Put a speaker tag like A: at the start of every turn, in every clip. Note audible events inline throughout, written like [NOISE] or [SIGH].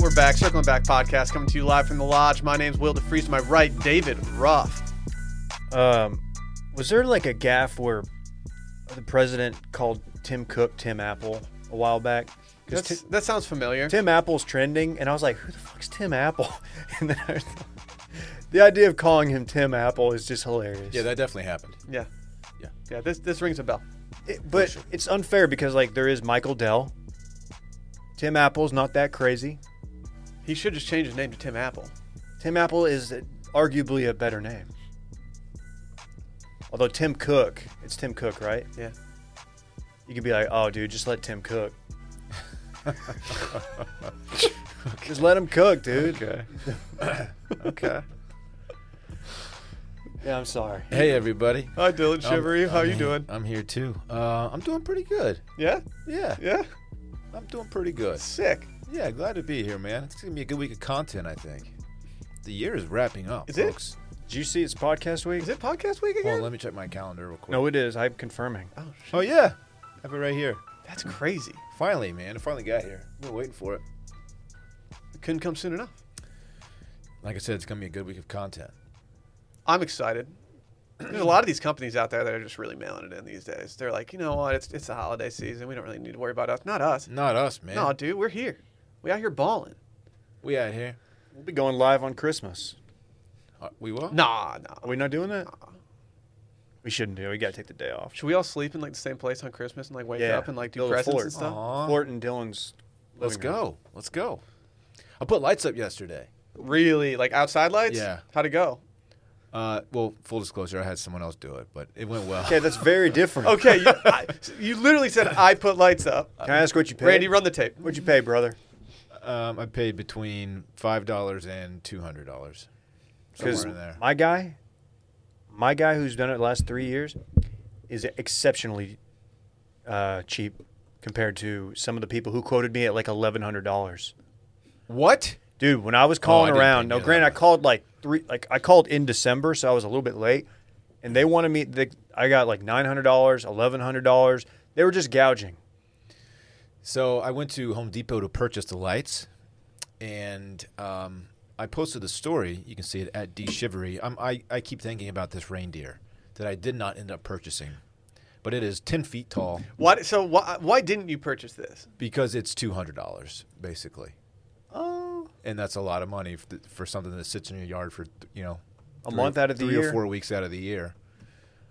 A: We're back, Circling Back podcast, coming to you live from the lodge. My name's Will DeFreeze. To my right, David Ruff.
B: Um, was there like a gaffe where the president called Tim Cook Tim Apple a while back? Because
A: That's- that sounds familiar.
B: Tim Apple's trending, and I was like, "Who the fuck's Tim Apple?" [LAUGHS] And then I thought, the idea of calling him Tim Apple is just hilarious.
C: Yeah, that definitely happened.
A: yeah,
C: Yeah.
A: yeah. This this rings a bell.
B: It- but
C: sure.
B: it's unfair because like there is Michael Dell. Tim Apple's not that crazy.
A: He should just change his name to Tim Apple.
B: Tim Apple is arguably a better name. Although Tim Cook, it's Tim Cook, right?
A: Yeah,
B: You could be like, "Oh, dude, just let Tim
A: [LAUGHS]
B: cook." Just let him cook, dude. [COUGHS]
A: Okay. okay.
B: Yeah, I'm sorry.
C: Hey, everybody.
A: Hi, Dylan Shivery.
C: I'm-
A: How
C: I'm
A: you
C: here-
A: doing?
C: I'm here too. Uh, I'm doing pretty good.
A: Yeah,
C: Yeah,
A: yeah.
C: I'm doing pretty good.
A: Sick.
C: Yeah, glad to be here, man. It's gonna be a good week of content, I think. The year is wrapping up,
A: Is it?
C: folks.
B: Did you see it's podcast week?
A: Is it podcast week
C: Hold
A: again?
C: on, let me check my calendar real quick.
B: No, it is. I'm confirming.
A: oh, shit.
C: Oh yeah, I have it right here.
A: that's crazy.
C: Finally, man. I finally got here. I've been waiting for it.
A: Couldn't come soon enough.
C: Like I said, it's gonna be a good week of content.
A: I'm excited. There's a lot of these companies out there that are just really mailing it in these days. They're like, you know what? It's it's the holiday season. We don't really need to worry about us. Not us.
C: Not us, man.
A: No, dude, we're here. We out here balling.
C: We out here.
B: We'll be going live on Christmas.
C: Uh, we will.
A: Nah, nah.
B: Are we not doing that? We shouldn't do. it. We gotta take the day off.
A: Should we all sleep in like the same place on Christmas and like wake
B: Yeah.
A: up and like do
B: Build a
A: presents
B: fort.
A: and stuff?
C: Aw.
B: Fort and Dylan's.
C: Let's
B: living room.
C: go. Let's go. I put lights up yesterday.
A: Really, like outside lights?
C: Yeah.
A: How'd it go?
C: Uh, well, full disclosure, I had someone else do it, but it went well.
B: Okay, that's very different.
A: Okay, you, I, [LAUGHS] you literally said I put lights up.
B: Can I ask what you paid?
A: Randy, run the tape.
B: What'd you pay, brother?
C: Um, I paid between five dollars and two hundred dollars.
B: Because
C: Somewhere in there.
B: my guy, my guy who's done it the last three years, is exceptionally uh, cheap compared to some of the people who quoted me at like eleven hundred dollars.
C: What?
B: Dude, when I was calling
C: Oh, I didn't
B: around,
C: think
B: no,
C: you
B: granted, I
C: had that.
B: called like three, like I called in December, so I was a little bit late, and they wanted me. They, I got like nine hundred dollars, eleven hundred dollars. They were just gouging.
C: So I went to Home Depot to purchase the lights, and um, I posted the story. You can see it at D Shivery. I'm, I I keep thinking about this reindeer that I did not end up purchasing, but it is ten feet tall
A: Why? So why, why didn't you purchase this?
C: because it's two hundred dollars basically,
B: Oh,
C: and that's a lot of money for, for something that sits in your yard for you know
B: A month out of the
C: three
B: year?
C: or four weeks out of the year.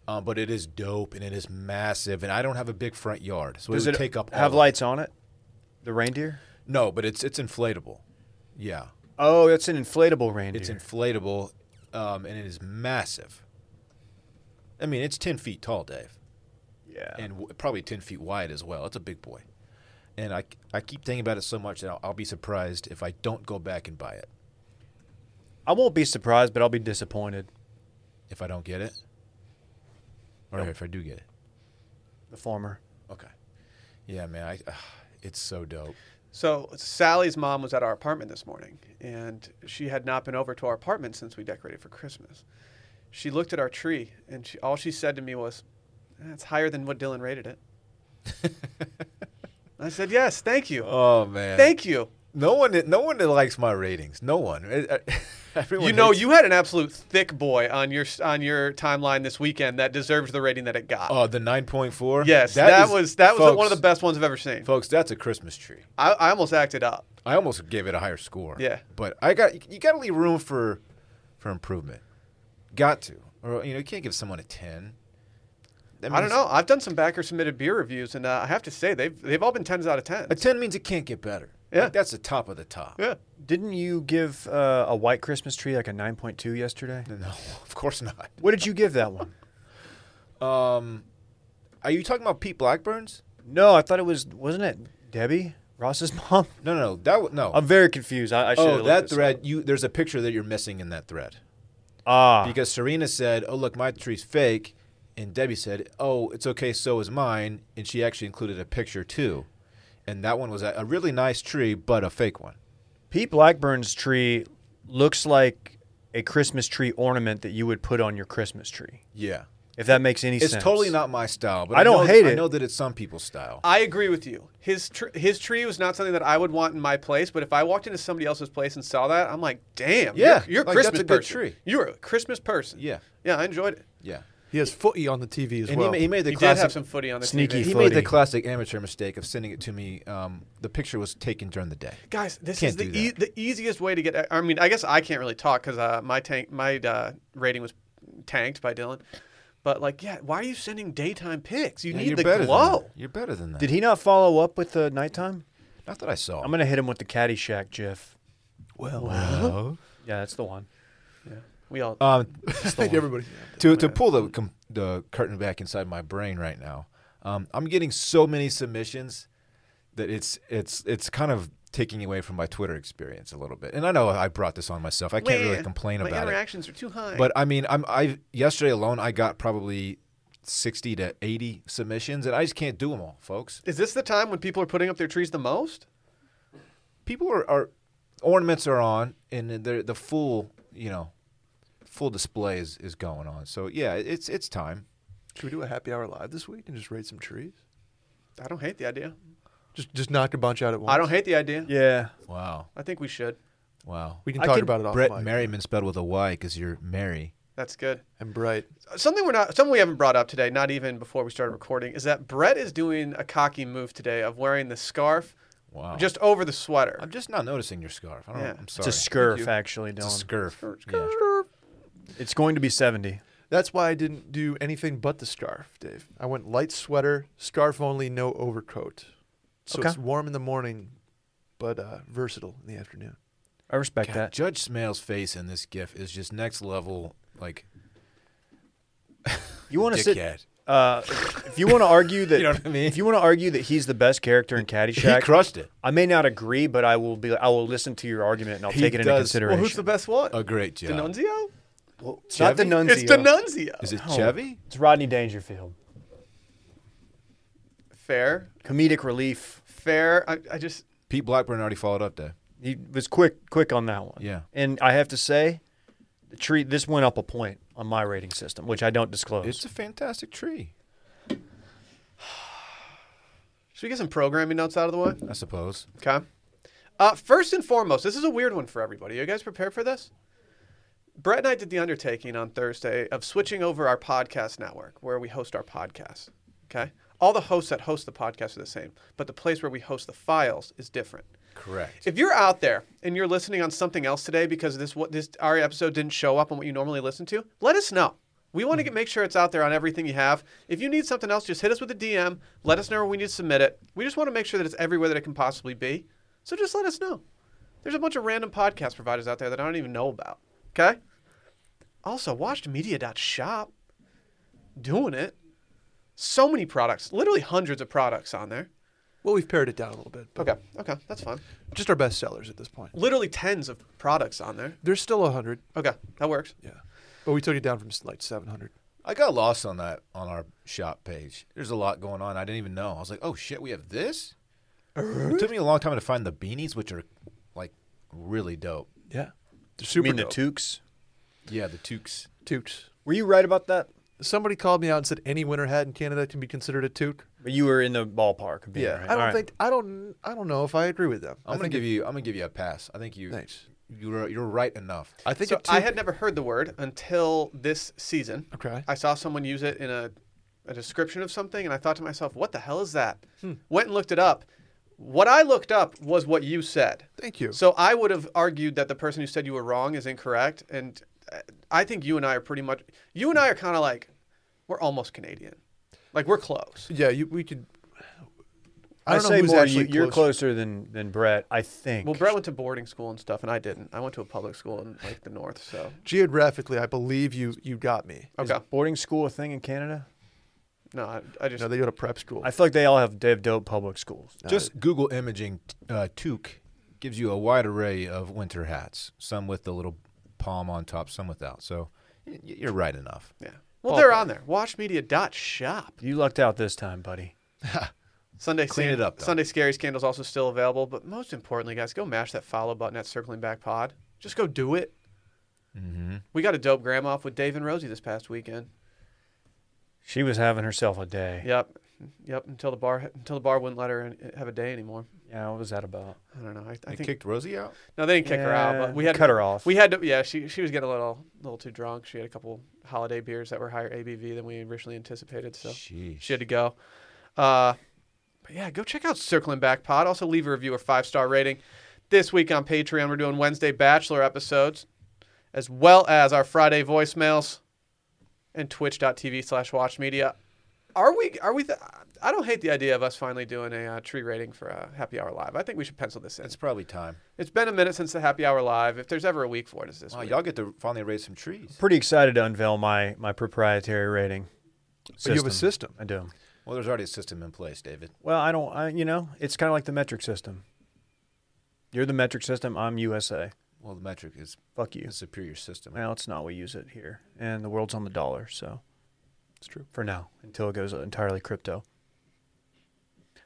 C: Um, but it is dope and it is massive, and I don't have a big front yard, so
B: does
C: it would
B: it
C: take up all
B: have
C: of it.
B: lights on it? The reindeer?
C: No, but it's it's inflatable. Yeah,
B: Oh, it's an inflatable reindeer.
C: it's inflatable, um, and it is massive. I mean, it's ten feet tall, Dave,
B: yeah.
C: and w- probably ten feet wide as well. It's a big boy, and I, I keep thinking about it so much that I'll, I'll be surprised if I don't go back and buy it
B: I won't be surprised, but I'll be disappointed.
C: if I don't get it, or if I do get it.
B: The former.
C: Okay, yeah, man, I, it's so
B: [LAUGHS]
C: dope.
A: So Sally's mom was at our apartment this morning, and she had not been over to our apartment since we decorated for Christmas. She looked at our tree, and she, all she said to me was, "That's higher than what Dylan rated it." I said, "Yes, thank you,
C: Oh man,
A: thank you."
C: no one, no one likes my ratings. No one. Uh, [LAUGHS] Everyone
A: you know,
C: hates-
A: you had an absolute thick boy on your on your timeline this weekend that deserves the rating that it got.
C: Oh, the nine point four.
A: yes, that, was that was one of the best ones I've ever seen.
C: Folks, that's a Christmas tree.
A: I, I almost acted up.
C: I almost gave it a higher score.
A: Yeah.
C: but I got you got to leave room for for improvement. Got to, or you know, you can't give someone a ten. That
A: I don't
C: means-
A: know. I've done some backer submitted beer reviews, and uh, I have to say they've they've all been tens out of tens.
C: A ten means it can't get better.
A: Yeah.
C: Like, that's the top of the top.
A: Yeah.
B: Didn't you give uh, a white Christmas tree like a 9.2 yesterday?
C: [LAUGHS] No, of course not.
B: What did you give that one?
C: Um, are you talking about Pete Blackburn's?
B: No, I thought it was, wasn't it Debbie? Ross's [LAUGHS] mom?
C: No, no, no. That was no.
B: I'm very confused. I, I should
C: oh, that thread. You there's a picture that you're missing in that thread.
B: Ah.
C: because Serena said, "Oh look, my tree's fake," and Debbie said, "Oh, it's okay, so is mine," and she actually included a picture too, and that one was a a really nice tree, but a fake one.
B: Pete Blackburn's tree looks like a Christmas tree ornament that you would put on your Christmas tree.
C: Yeah,
B: If that makes any
C: It's
B: sense.
C: totally not my style, but
B: I
C: I,
B: don't
C: know,
B: hate
C: I
B: it.
C: know that it's some people's style.
A: I agree with you. His tr- his tree was not something that I would want in my place, but if I walked into somebody else's place and saw that, I'm like, damn, you're-
C: Yeah,
A: you're, a
C: like, that's
A: Christmas
C: a good
A: person.
C: tree.
A: You're a Christmas person.
C: Yeah.
A: yeah, I enjoyed it.
C: Yeah,
D: He has footy on the TV as
C: and
D: well.
C: he, ma- he made the
A: He did
C: classic.
A: have some footy on the
B: Sneaky.
A: TV.
C: he made the
B: Footy.
C: classic amateur mistake of sending it to me. Um, the picture was taken during the day.
A: Guys, this
C: Can't
A: is the
C: do
A: e- the easiest way to get. I mean, I guess I can't really talk because uh, my tank my uh, rating was tanked by Dylan. But like, yeah, why are you sending daytime pics? You
C: Yeah,
A: need
C: you're
A: the
C: better Than
A: glow.
C: that. You're better than that.
B: Did he not follow up with the nighttime?
C: Not that I saw.
B: I'm gonna hit him with the Caddyshack GIF.
D: well,
C: Oh.
B: Yeah, that's the one.
A: We all
C: [LAUGHS] Um,
D: everybody.
C: to to pull the com- the curtain back inside my brain right now, um, I'm getting so many submissions that it's it's it's kind of taking away from my Twitter experience a little bit. And I know I brought this on myself. I can't really
A: Meh,
C: complain
A: my
C: about it.
A: interactions are too high.
C: But I mean, I'm I yesterday alone I got probably 60 to 80 submissions, and I just can't do them all, folks.
A: is this the time when people are putting up their trees the most?
C: People are, are ornaments are on, and they're the full you know full display is, is going on. So yeah, it's it's time.
D: Should we do a happy hour live this week and just raid some trees?
A: I don't hate the idea.
D: Just just knock a bunch out at once.
A: I don't hate the idea.
B: Yeah.
C: Wow,
A: I think we should.
C: wow.
D: We can
B: I
D: talk
B: could-
D: about it off
C: Brett
D: mic.
C: Merriman spelled with a Y because you're Mary.
A: That's good.
D: and Bright.
A: Something we're not, something we haven't brought up today, not even before we started recording, is that Brett is doing a cocky move today of wearing the scarf
C: Wow.
A: just over the sweater.
C: I'm just not noticing your scarf. I don't.
A: Yeah.
C: I'm
B: It's
C: sorry.
B: a
A: Thank
B: scurf,
A: you.
B: actually,
C: It's a
B: Dylan.
C: scarf. Yeah.
B: It's going to be 70.
D: That's why I didn't do anything but the scarf, Dave. I went light sweater, scarf only, no overcoat. So
B: Okay.
D: it's warm in the morning, but uh, versatile in the afternoon.
B: I respect
C: God,
B: that.
C: Judge Smale's face in this gif is just next level. Like
B: You want to sit?
D: [LAUGHS]
C: dickhead.
B: Uh, if you want to argue that,
C: [LAUGHS] You know what I mean?
B: if you want to argue that he's the best character in
C: He
B: Caddyshack,
C: crushed it.
B: I may not agree, but I will be. I will listen to your argument and I'll
C: He
B: take it into
C: does-
A: well,
B: consideration.
A: who's the best one?
C: A great job.
A: Denunzio?
B: It's not
C: Chevy?
B: Denunzio.
A: It's Denunzio.
C: Is it
D: Oh.
B: No.
C: Chevy?
B: It's Rodney Dangerfield.
A: Fair.
B: Comedic relief.
A: Fair. I, I just,
C: Pete Blackburn already followed up there.
B: He was quick, quick on that one.
C: Yeah.
B: And I have to say, the tree. This went up a point on my rating system, which I don't disclose.
C: It's a fantastic tree,
A: should we get some programming notes out of the way?
C: I suppose.
A: Okay. Uh, first and foremost, this is a weird one for everybody. you guys prepared for this? Brett and I did the undertaking on Thursday of switching over our podcast network where we host our podcasts. Okay. All the hosts that host the podcast are the same, but the place where we host the files is different.
C: Correct.
A: If you're out there and you're listening on something else today because this what this our episode didn't show up on what you normally listen to, let us know. We want to get, make sure it's out there on everything you have. If you need something else, just hit us with a DM. Let us know where we need to submit it. We just want to make sure that it's everywhere that it can possibly be. So just let us know. There's a bunch of random podcast providers out there that I don't even know about. Okay? Also, washedmedia.shop. Doing it. So many products, literally hundreds of products on there.
D: Well, we've pared it down a little bit. But
A: Okay, okay, that's fine.
D: Just our best sellers at this point.
A: Literally tens of products on there.
D: There's still 100.
A: Okay, that works.
D: Yeah. But we took it down from like 700.
C: I got lost on that on our shop page. There's a lot going on. I didn't even know. I was like, oh shit, we have this. It took me a long time to find the beanies, which are like really dope.
D: Yeah. They're
B: you
D: super
B: mean the
D: dope.
B: Tukes?
C: Yeah, the toques.
D: Toots.
B: Were you right about that?
D: Somebody called me out and said any winter hat in Canada can be considered a toque.
B: You were in the ballpark. of being right.
D: I don't
B: All right.
D: think I don't I don't know if I agree with them.
C: I'm gonna give you. I'm gonna give you a pass. I think you.
D: Thanks.
C: You're you're right enough.
D: I think
A: So
D: a toque,
A: I had never heard the word until this season.
D: Okay.
A: I saw someone use it in a, a description of something, and I thought to myself, what the hell is that?
D: Hmm.
A: Went and looked it up. What I looked up was what you said.
D: Thank you.
A: So I would have argued that the person who said you were wrong is incorrect, and uh, I think you and I are pretty much. You and I are kind of like, we're almost Canadian, like we're close.
D: yeah, you, we could.
B: I,
D: I don't know
B: say
D: who's
B: more. You,
D: actually
B: you're
D: closer.
B: closer than than Brett. I think.
A: Well, Brett went to boarding school and stuff, and I didn't. I went to a public school in like the north. So
D: Geographically, I believe you you got me.
A: okay,
B: boarding school a thing in Canada?
A: no, I, I just
D: No, they go to prep school.
B: I feel like they all have they have dope public schools.
C: Just Google imaging uh, toque gives you a wide array of winter hats. Some with the little palm on top, some without. So y- y- you're right enough.
A: yeah. Well, they're on there. Watchmedia.shop.
B: You lucked out this time, buddy.
A: Sunday
C: Clean
A: Scan-
C: it up, though.
A: Sunday Scaries candles also still available, but most importantly, guys, go mash that follow button at Circling Back Pod. Just go do it. Mm-hmm. We got a dope gram off with Dave and Rosie this past weekend.
B: She was having herself a day.
A: Yep, yep. Until the bar until the bar wouldn't let her in- have a day anymore.
B: Yeah, what was that about?
A: I don't know. I, I
C: They
A: think
C: kicked Rosie out.
A: no, they didn't kick her out, but we had
B: cut her off.
A: We had to, yeah. She she was getting a little little too drunk. She had a couple holiday beers that were higher ABV than we originally anticipated, so
C: Sheesh.
A: she had to go. Uh, but yeah, go check out Circling Back Pod. Also leave a review or five star rating. This week on Patreon, we're doing Wednesday Bachelor episodes, as well as our Friday voicemails, and Twitch.tv slash Watch Media. Are we? Are we? Th- I don't hate the idea of us finally doing a uh, tree rating for uh, Happy Hour Live. I think we should pencil this in.
C: It's probably time.
A: It's been a minute since the happy hour live. If there's ever a week for it, it's this
C: Wow,
A: week.
C: y'all get to finally raise some trees.
B: Pretty excited to unveil my my proprietary rating.
D: But you have a system.
B: I do.
C: Well, there's already a system in place, David.
B: Well, I don't. I, you know, it's kind of like the metric system. You're the metric system. I'm USA.
C: Well, the metric is
B: Fuck you.
C: a superior system.
B: Well, it's not. We use it here, and the world's on the dollar. So
D: It's true.
B: for now, until it goes entirely crypto.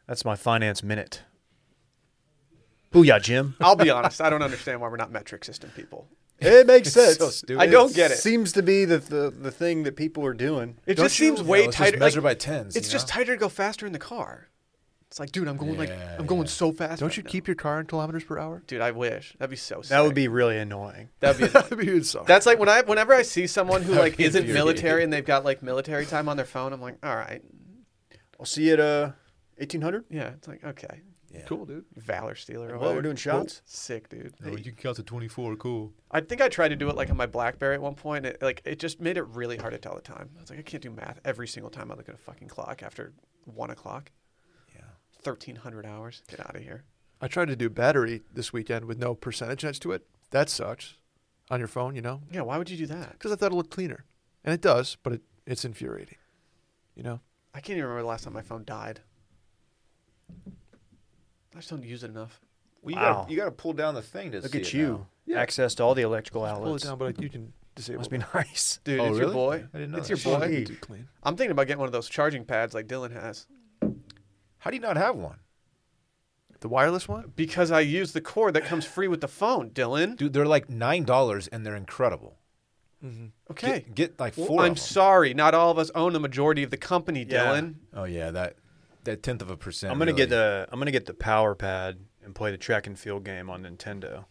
B: That's my finance minute. Booyah, Jim.
A: I'll be honest. I don't understand why we're not metric system people.
B: It makes
C: It's so stupid.
A: I don't get it.
B: Seems to be the, the the thing that people are doing.
A: It
C: Don't
A: just
C: you?
A: seems way
C: No, it's just
A: tighter.
C: measure
A: like,
C: by tens.
A: it's
C: you
A: just
C: know?
A: tighter to go faster in the car. It's like, dude, I'm going like
C: Yeah,
A: I'm going
C: yeah.
A: so fast.
D: Don't
A: right
D: you
A: now.
D: keep your car in kilometers per hour?
A: [LAUGHS]
D: [LAUGHS]
A: Dude, I wish that'd be so. Sick.
B: That would be really annoying.
A: That'd be. annoying.
D: That'd
C: [LAUGHS]
D: be insane.
A: That's like when I whenever I see someone who
C: That'd
A: like
C: be
A: isn't
C: infuriating.
A: military and they've got like military time on their phone. I'm like, all right,
B: I'll see you at uh, eighteen hundred.
A: yeah. It's like okay,
C: Yeah.
D: cool, dude.
A: valor stealer. over
B: Well, we're
A: there.
B: doing shots.
A: Sick, dude.
C: Oh, you can count to 24. Cool.
A: I think I tried to do it like on my BlackBerry at one point. It, like it just made it really hard to tell the time. I was like, I can't do math every single time I look at a fucking clock after one o'clock.
C: Yeah.
A: Thirteen hundred hours. Get out of here.
D: I tried to do battery this weekend with no percentage next to it. That sucks. On your phone, you know?
A: Yeah, why would you do that?
D: Because I thought it looked cleaner. And it does, but it, it's infuriating. You know?
A: I can't even remember the last time my phone died. I just don't use it enough.
C: Well, you
B: Wow.
C: got you got to pull down the thing to
B: Look
C: see
B: at
C: it
B: you.
C: now.
D: Yeah.
B: Access to all the electrical
D: Just pull it
B: outlets.
D: down, but you can disable
B: Must
D: it.
B: be nice.
A: Dude,
C: Oh,
A: it's your
C: really?
A: boy.
C: I didn't know
A: it's
C: that.
A: your boy.
D: Shouldn't be too clean.
A: I'm thinking about getting one of those charging pads like Dylan has.
C: How do you not have one,
D: The wireless one?
A: Because I use the cord that comes free with the phone, Dylan.
C: dude? They're like nine dollars and they're incredible.
A: Okay.
C: Get, get like
A: Well,
C: four.
A: I'm
C: of them.
A: sorry. Not all of us own the majority of the company,
B: Yeah.
A: Dylan.
C: Oh yeah, that that tenth of a percent.
B: I'm gonna
C: really.
B: get the I'm gonna get the power pad and play the track and field game on Nintendo.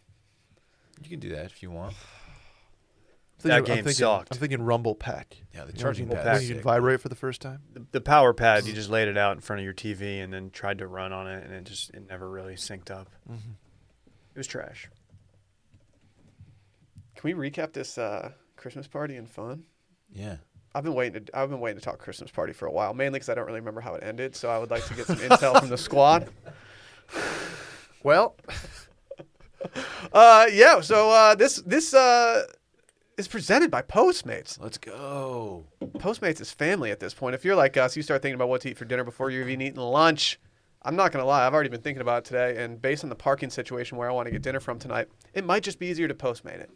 C: You can do that if you want.
D: I'm
B: That
D: thinking- I'm
B: game
D: thinking,
B: sucked.
D: I'm thinking Rumble Pack.
C: Yeah, the
D: You know,
C: charging
D: Rumble
C: pad's
D: Pack, You
C: sick.
D: vibrate for the first time.
B: The, the power pad, you
A: Mm.
B: just laid it out in front of your TV and then tried to run on it, and it just it never really synced up. It was trash.
A: Can we recap this uh, Christmas party and fun?
C: Yeah.
A: I've been waiting to I've been waiting to talk Christmas party for a while, mainly because I don't really remember how it ended. So I would like to get some intel from the
C: [LAUGHS]
A: squad.
D: Well,
A: Uh, yeah. So uh, this this uh, is presented by Postmates.
C: Let's go.
A: Postmates is family at this point. If you're like us, you start thinking about what to eat for dinner before you're even eating lunch. I'm not gonna lie, I've already been thinking about it today, and based on the parking situation where I want to get dinner from tonight, it might just be easier to Postmate it.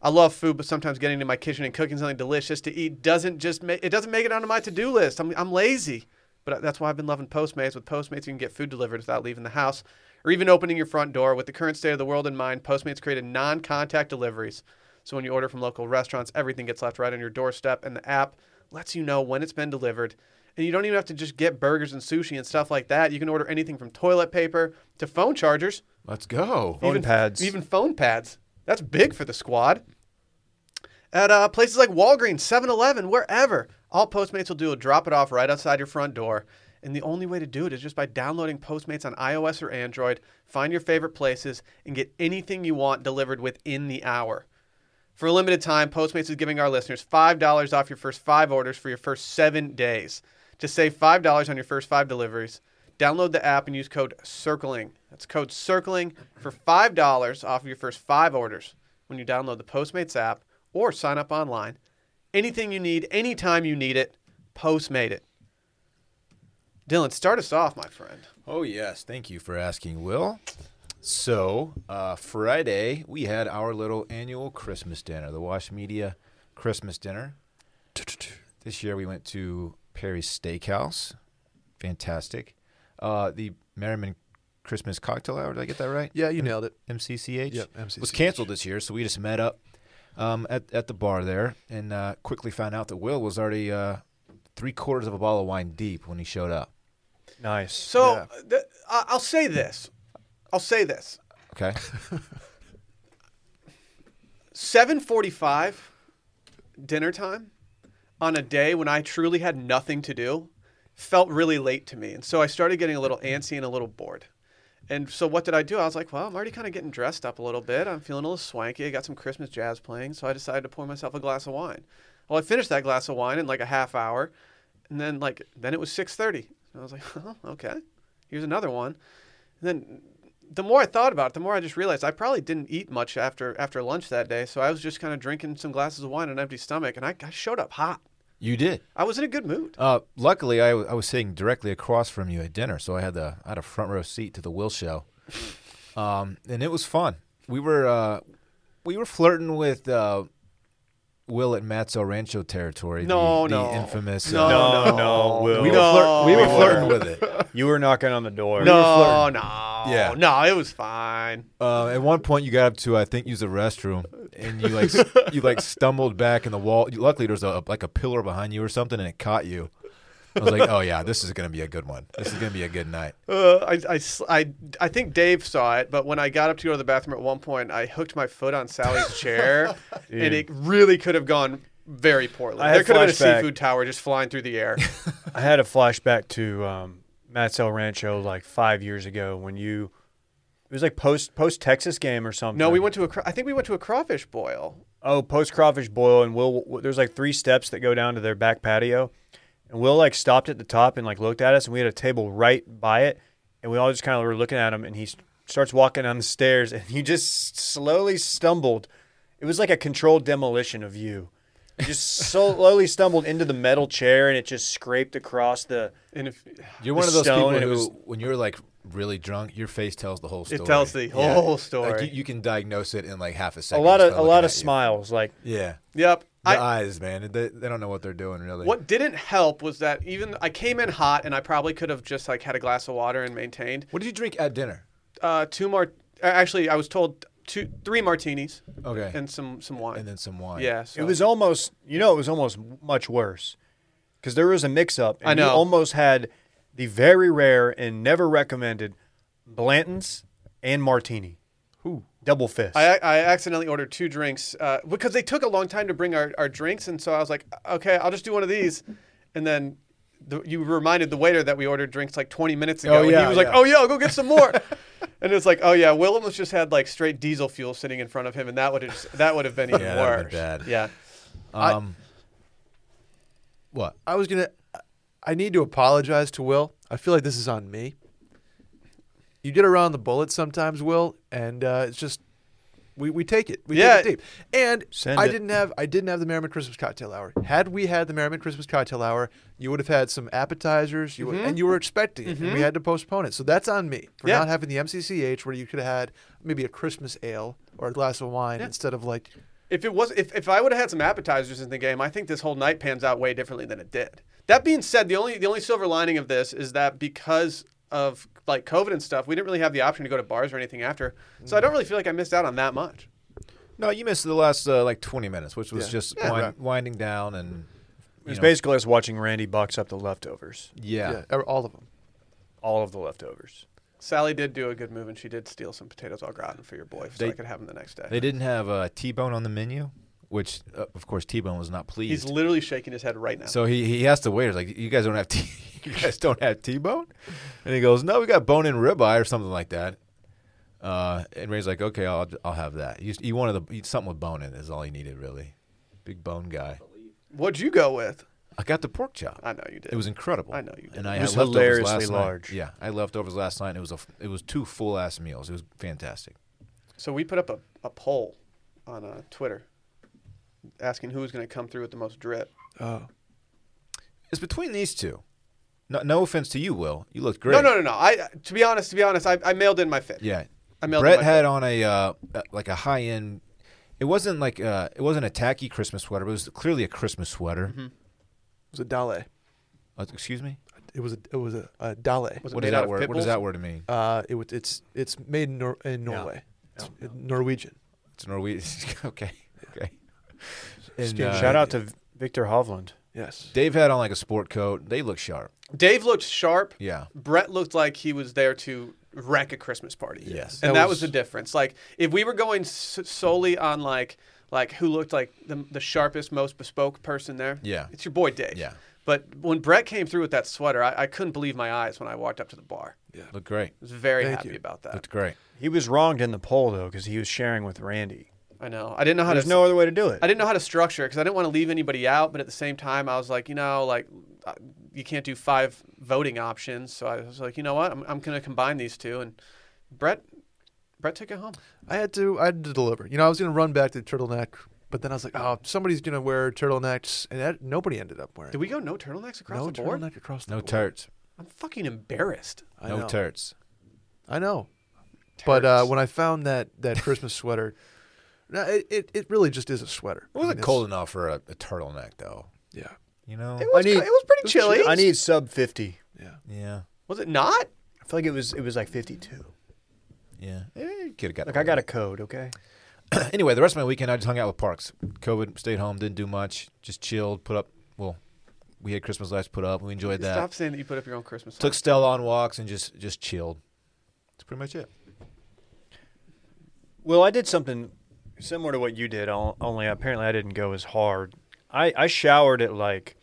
A: I love food, but sometimes getting into my kitchen and cooking something delicious to eat doesn't just make it doesn't make it onto my to-do list. I'm I'm lazy, but that's why I've been loving Postmates. With Postmates, you can get food delivered without leaving the house or even opening your front door. With the current state of the world in mind, Postmates created non-contact deliveries. So when you order from local restaurants, everything gets left right on your doorstep, and the app lets you know when it's been delivered. And you don't even have to just get burgers and sushi and stuff like that. You can order anything from toilet paper to phone chargers
C: Let's go.
B: Phone pads.
A: even phone pads. That's big for the squad. At uh, places like Walgreens, 7 Eleven, wherever, all Postmates will do is drop it off right outside your front door. And the only way to do it is just by downloading Postmates on iOS or Android, find your favorite places, and get anything you want delivered within the hour. For a limited time, Postmates is giving our listeners $5 off your first five orders for your first seven days. To save $5 on your first five deliveries, download the app and use code CIRCLING. That's code CIRCLING for $5 off of your first five orders when you download the Postmates app or sign up online. Anything you need, anytime you need it, Postmate it. Dylan, start us off, my friend.
C: Oh, yes. Thank you for asking, Will. So, uh, Friday, we had our little annual Christmas dinner, the Wash Media Christmas dinner. This year, we went to Perry's Steakhouse. Fantastic. Uh, the Merriman Christmas Cocktail Hour, did I get that right?
D: [LAUGHS] yeah, you nailed it.
C: MCCH?
D: Yep, MCCH.
C: Was canceled this year, so we just met up um, at, at the bar there and uh, quickly found out that Will was already uh, three quarters of a bottle of wine deep when he showed up.
B: Nice.
A: So
D: Yeah.
A: th- I- I'll say this. I'll say this.
D: [LAUGHS]
C: Okay.
A: 7:45 dinner time on a day when I truly had nothing to do felt really late to me. And so I started getting a little antsy and a little bored. And so what did I do? I was like, well, I'm already kind of getting dressed up a little bit. I'm feeling a little swanky. I got some Christmas jazz playing, so I decided to pour myself a glass of wine. Well, I finished that glass of wine in like a half hour, and then like then it was 6:30. And I was like, [LAUGHS] oh, okay. Here's another one. And then the more I thought about it, the more I just realized I probably didn't eat much after after lunch that day. So I was just kind of drinking some glasses of wine on an empty stomach, and I, I showed up hot.
C: you did.
A: I was in a good mood.
C: Uh, luckily, I, w- I was sitting directly across from you at dinner, so I had the I had a front row seat to the Will show, um, and it was fun. We were uh, we were flirting with uh, Will at Matzo Rancho territory.
A: No,
C: the, the
A: no.
C: infamous.
A: No,
C: uh,
B: no,
A: no.
B: no, Will.
C: we were,
A: No.
C: flirt- we
A: We
C: were flirting
B: weren't.
C: with it.
B: You were knocking on the door.
A: No, no,
C: Yeah.
A: no, it was fine.
C: Uh, at one point, you got up to I think use the restroom, and you like s- you like stumbled back in the wall. Luckily, there was a like a pillar behind you or something, and it caught you. I was like, oh yeah, this is gonna be a good one. This is gonna be a good night.
A: Uh, I, I, sl- I, I think Dave saw it, but when I got up to go to the bathroom at one point, I hooked my foot on
C: [LAUGHS]
A: Sally's chair, and it really could have gone very poorly.
B: I had
A: there could have been a
B: flashback.
A: seafood tower just flying through the air.
B: I had a flashback to um, Matt's El Rancho like five years ago when you. It was like post post Texas game or something.
A: no, we went to a. cra- I think we went to a crawfish boil.
B: Oh, post crawfish boil, and Will, w- there's like three steps that go down to their back patio, and Will like stopped at the top and like looked at us, and we had a table right by it, and we all just kind of were looking at him, and he s- starts walking down the stairs, and he just slowly stumbled. It was like a controlled demolition of you. You just
C: [LAUGHS]
B: slowly stumbled into the metal chair, and it just scraped across the.
A: And if
B: the
C: You're one of those
B: stone,
C: people
B: and it
C: who,
B: was-
C: when you're like really drunk, your face tells the whole story.
A: tells the whole story.
C: Like you, you can diagnose it in like half a
B: A
C: second.
B: lot
C: just
B: of
C: by
B: a
C: looking
B: lot of
C: at you.
B: smiles, like
C: Yeah,
A: yep,
C: the
A: I,
C: eyes, man. They, they don't know what they're doing really.
A: What didn't help was that even I came in hot, and I probably could have just like had a glass of water and maintained
C: What did you drink at dinner?
A: uh, two mar. uh, Actually, I was told two, three martinis
C: Okay, Eh. and,
A: and some some wine.
C: then some wine.
A: yeah, so.
B: It was almost, you know, it was almost much worse because there was a mix up. And
A: I
B: You
A: know.
B: almost had the very rare and never recommended Blanton's and Martini. Who? Double fist.
A: I, I accidentally ordered two drinks uh, because they took a long time to bring our, our drinks, and so I was like, okay, I'll just do one of these, and then. The, you reminded the waiter that we ordered drinks like 20 minutes ago,
C: Oh,
A: and
C: yeah,
A: he was like,
C: yeah.
A: "Oh yeah, I'll go get some more."
C: [LAUGHS]
A: and it's like, "Oh yeah, Willem was just had like straight diesel fuel sitting in front of him, and that would have that would have been even
C: Yeah, that would've
A: worse."
C: been bad.
A: Yeah,
C: Um. what?
D: I was gonna. I need to apologize to Will. I feel like this is on me. You get around the bullet sometimes, Will, and uh, it's just we, we take it. We
A: Yeah.
D: take it deep. And
B: Send
D: I
B: it.
D: didn't have I didn't have the Merriman Christmas cocktail hour. Had we had the Merriman Christmas cocktail hour, you would have had some appetizers. You would, and you were expecting it, and we had to postpone it. So that's on me for
A: Yeah.
D: not having the MCCH where you could have had maybe a Christmas ale or a glass of wine instead of like
A: If it was, if, if I would have had some appetizers in the game, I think this whole night pans out way differently than it did. That being said, the only the only silver lining of this is that because of like COVID and stuff, we didn't really have the option to go to bars or anything after. So I don't really feel like I missed out on that much.
C: No, you missed the last uh, like 20 minutes, which was
D: Yeah.
C: just
D: Yeah,
C: wind,
D: right.
C: winding down and.
B: it was
C: you know,
B: basically us watching Randy box up the leftovers,
C: yeah.
D: yeah, or all of them.
B: all of the leftovers.
A: Sally did do a good move, and she did steal some potatoes au gratin for your boy, so
C: They-
A: I could have them the next day.
C: They didn't have uh, T-bone on the menu, which uh, of course T-bone was not pleased.
A: He's literally shaking his head right now.
C: So he he asked the waiters like, "You guys don't have t- [LAUGHS] you guys don't have T-bone?" And he goes, "No, we got bone in ribeye or something like that." Uh, and Ray's like, "Okay, I'll I'll have that." He, just- he wanted the, he, something with bone in it is all he needed really. Big bone guy.
A: What'd you go with?
C: I got the pork chop.
A: I know you did.
C: it was incredible.
A: I know you did.
C: And I
B: It was
C: had leftovers
B: hilariously
C: last night.
B: large.
C: Yeah, I had leftovers last night. And it was a f- it was two full ass meals. It was fantastic.
A: So we put up a, a poll on uh, Twitter asking who was going to come through with the most drip.
D: Oh.
C: It's between these two. No, no offense to you, Will. You looked great.
A: No, no, no, no. I to be honest, to be honest, I, I mailed in my fit.
C: Yeah,
A: I mailed
C: Brett
A: him my
C: had on a uh, uh, like a high end. It wasn't like uh, it wasn't a tacky Christmas sweater. But it was clearly a Christmas sweater.
A: Mm-hmm.
D: It was a dale.
C: Uh, excuse me.
D: It was a it was a, a dale.
A: Was it
C: What
A: made
C: does
A: out
C: that
A: of
C: word?
A: pit
C: What does
A: bulls?
C: that word mean?
D: Uh, it was it's it's made in, Nor- in Norway. It's uh, Norwegian.
C: [LAUGHS] It's Norwegian. okay. Okay. And,
A: uh,
C: uh,
B: Shout out to Victor Hovland.
D: Yes.
C: Dave had on like a sport coat. They look sharp.
A: Dave looked sharp.
C: Yeah.
A: Brett looked like he was there to wreck a Christmas party.
C: Yes.
A: and
D: That
A: that, was,
D: was-
A: the difference. Like if we were going s- solely on like like who looked like the, the sharpest, most bespoke person there.
C: Yeah.
A: it's your boy Dave.
C: Yeah.
A: But when Brett came through with that sweater, I, I couldn't believe my eyes when I walked up to the bar. I
C: Look great.
A: was very
D: Thank
A: happy
D: you.
A: about that.
C: Looked great.
B: He was wronged in the poll though because he was sharing with Randy.
A: I know. I didn't know how
B: There's
A: to.
B: no other way to do it.
A: I didn't know how to structure because I didn't want to leave anybody out, but at the same time, I was like, you know, like I- you can't do five voting options, so I was like, you know what, I'm, I'm gonna combine these two, and Brett, Brett took it home.
D: I had to I had to deliver. You know, I was gonna run back to turtleneck, but then I was like, oh, somebody's gonna wear turtlenecks, and that, nobody ended up wearing.
A: Did we go no turtlenecks across
D: no
A: the board?
D: turtleneck across the
C: No
D: board.
C: turts.
A: I'm fucking embarrassed.
D: I
C: no
D: know.
C: turts.
D: I know. But uh,
A: Turds.
D: when I found that that Christmas sweater, no, it, it it really just is a sweater.
C: It
D: I mean,
C: wasn't
D: it's-
C: cold enough for a, a turtleneck though.
D: Yeah,
C: You know.
B: I need.
A: it was pretty chilly.
B: I need sub fifty.
D: yeah.
C: Yeah.
A: Was it not?
B: I feel like it was. It was like fifty two.
C: Yeah. could have got.
B: Like I got a code. Okay.
C: anyway, the rest of my weekend, I just hung out with Parks. COVID, stayed home, didn't do much, just chilled, put up. Well, we had Christmas lights put up. We enjoyed that.
A: Stop saying that you put up your own Christmas.
C: Took
A: lights.
C: Stella on walks and just just chilled. That's pretty much it.
B: Well, I did something similar to what you did. on- Only apparently I didn't go as hard. I I showered at like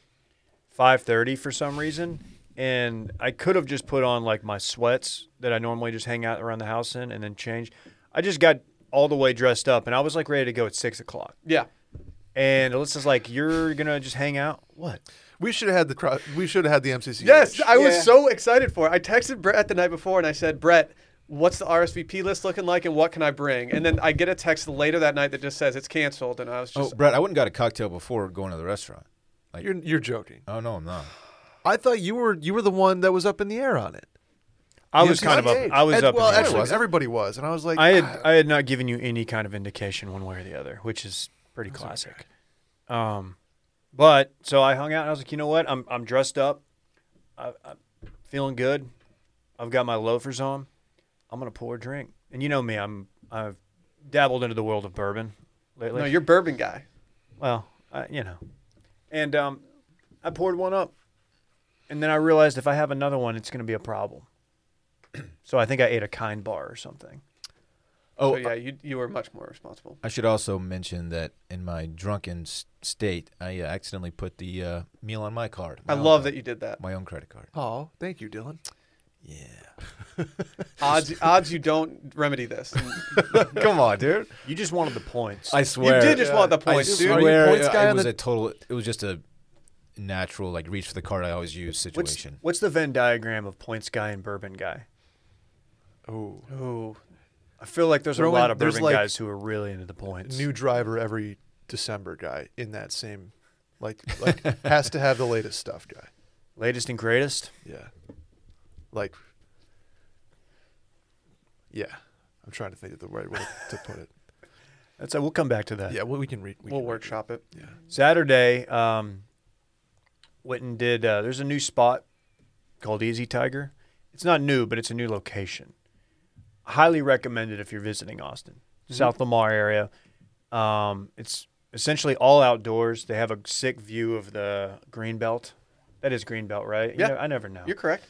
B: five thirty for some reason, and I could have just put on like my sweats that I normally just hang out around the house in, and then change. I just got all the way dressed up, and I was like ready to go at six o'clock.
A: yeah.
B: And Alyssa's like, "You're gonna just hang out? What?
D: We should have had the cro- we should have had the MCC.
A: Yes,
D: match.
A: I was
B: Yeah.
A: so excited for it. I texted Brett the night before and I said, Brett, what's the RSVP list looking like and what can I bring? And then I get a text later that night that just says it's canceled. And I was
C: Oh,
A: just,
C: Brett, I wouldn't got a cocktail before going to the restaurant. Like,
D: you're you're joking.
C: oh no, I'm not.
D: I thought you were you were the one that was up in the air on it.
B: I
D: The
B: was kind of up.
D: MCC.
B: I was
D: And-
B: up. in
D: Well,
B: the air.
D: actually, everybody was, and I was like,
B: I had
D: [GASPS] "Ah,
B: I had not given you any kind of indication one way or the other, which is pretty classic. Um, but so I hung out and I was like, you know what? I'm I'm dressed up, I, I'm feeling good. I've got my loafers on. I'm gonna pour a drink, and you know me, I'm I've dabbled into the world of bourbon lately.
A: no, you're bourbon guy.
B: Well, I, you know. And um, I poured one up, and then I realized if I have another one, it's going to be a problem. so I think I ate a kind bar or something.
C: Oh,
A: so, yeah, you, you were much more responsible.
C: I should also mention that in my drunken s- state, I uh, accidentally put the uh, meal on my card.
A: I love that you did
D: [LAUGHS]
A: that.
C: my own credit card.
D: oh, thank you, Dylan.
C: Yeah.
A: Odds, odds you don't remedy
D: [LAUGHS]
A: this.
C: [LAUGHS] Come on, dude.
B: You just wanted the points.
C: I
A: You
C: swear.
A: did just
D: Yeah.
A: want the
C: I
A: point, dude.
D: Are you
C: swear,
D: points
C: it,
D: guy
C: it
D: on
C: was
D: the-
C: a total. It was just a natural, like reach for the card I always use
B: what's,
C: situation.
B: what's the Venn diagram of points guy and bourbon guy?
D: Oh,
A: Ooh,
B: I feel like there's
D: Throw
B: a
D: in-
B: lot of
D: there's
B: bourbon
D: like
B: guys who are really into the points.
D: new driver every December guy in that same, like
B: [LAUGHS]
D: like has to have the latest stuff guy.
B: Latest and greatest.
D: Yeah. Like, yeah. I'm trying to think of the right way to
B: [LAUGHS]
D: put it.
B: That's we'll come back to that.
D: Yeah, well, we can read. We
A: we'll
D: can read
A: workshop it.
D: it. Yeah.
B: Saturday, um, Witten did. Uh, there's a new spot called Easy Tiger. It's not new, but it's a new location. Highly recommended if you're visiting Austin, South Lamar area. Um, it's essentially all outdoors. They have a sick view of the Greenbelt. That is Greenbelt, right? You
A: Yeah.
B: know- I never know.
A: You're correct.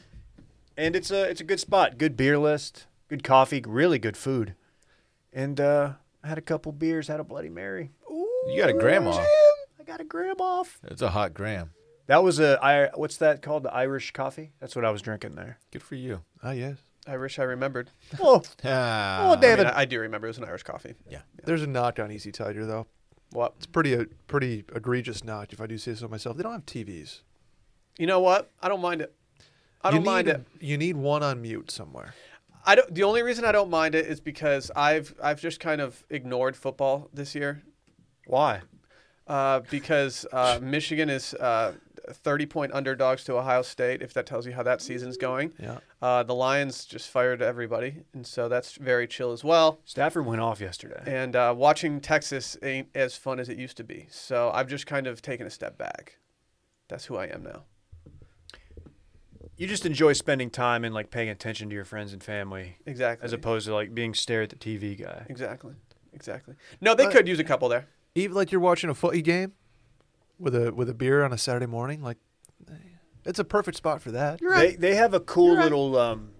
B: and it's a it's a good spot. Good beer list. Good coffee. Really good food. And uh, I had a couple beers. Had a Bloody Mary.
C: You got a gram off.
B: I got a gram off.
C: It's a hot gram.
B: That was a I what's that called? The Irish coffee? That's what I was drinking
A: [LAUGHS]
B: there.
C: Good for you.
D: Ah, yes.
A: I wish I remembered.
B: Oh,
C: Ah.
B: Oh, damn.
A: I, mean,
B: Evan.
A: I, I do remember. It was an Irish coffee.
D: There's a knock on Easy Tiger though.
A: What?
D: It's pretty a pretty egregious knock if I do say so myself. They don't have TVs.
A: You know what? I don't mind it. I don't
D: you
A: mind
D: need,
A: it.
D: You need one on mute somewhere.
A: I don't. The only reason I don't mind it is because I've I've just kind of ignored football this year
B: why?
A: uh, because
D: [LAUGHS]
A: uh, Michigan is uh, thirty point underdogs to Ohio State. If that tells you how that season's going,
D: Yeah.
A: uh, the Lions just fired everybody, and so that's very chill as well.
B: Stafford went off yesterday.
A: And uh, watching Texas ain't as fun as it used to be. So I've just kind of taken a step back. That's who I am now.
B: You just enjoy spending time and like paying attention to your friends and family
A: Exactly.
B: as opposed to like being stare at the TV guy.
A: exactly. Exactly. No, they
D: But-
A: could use a couple there.
D: Even like you're watching a footy game, with a with a beer on a Saturday morning, like it's a perfect spot for that.
A: You're
B: They
A: right.
B: they have a cool
A: You're right.
B: little um,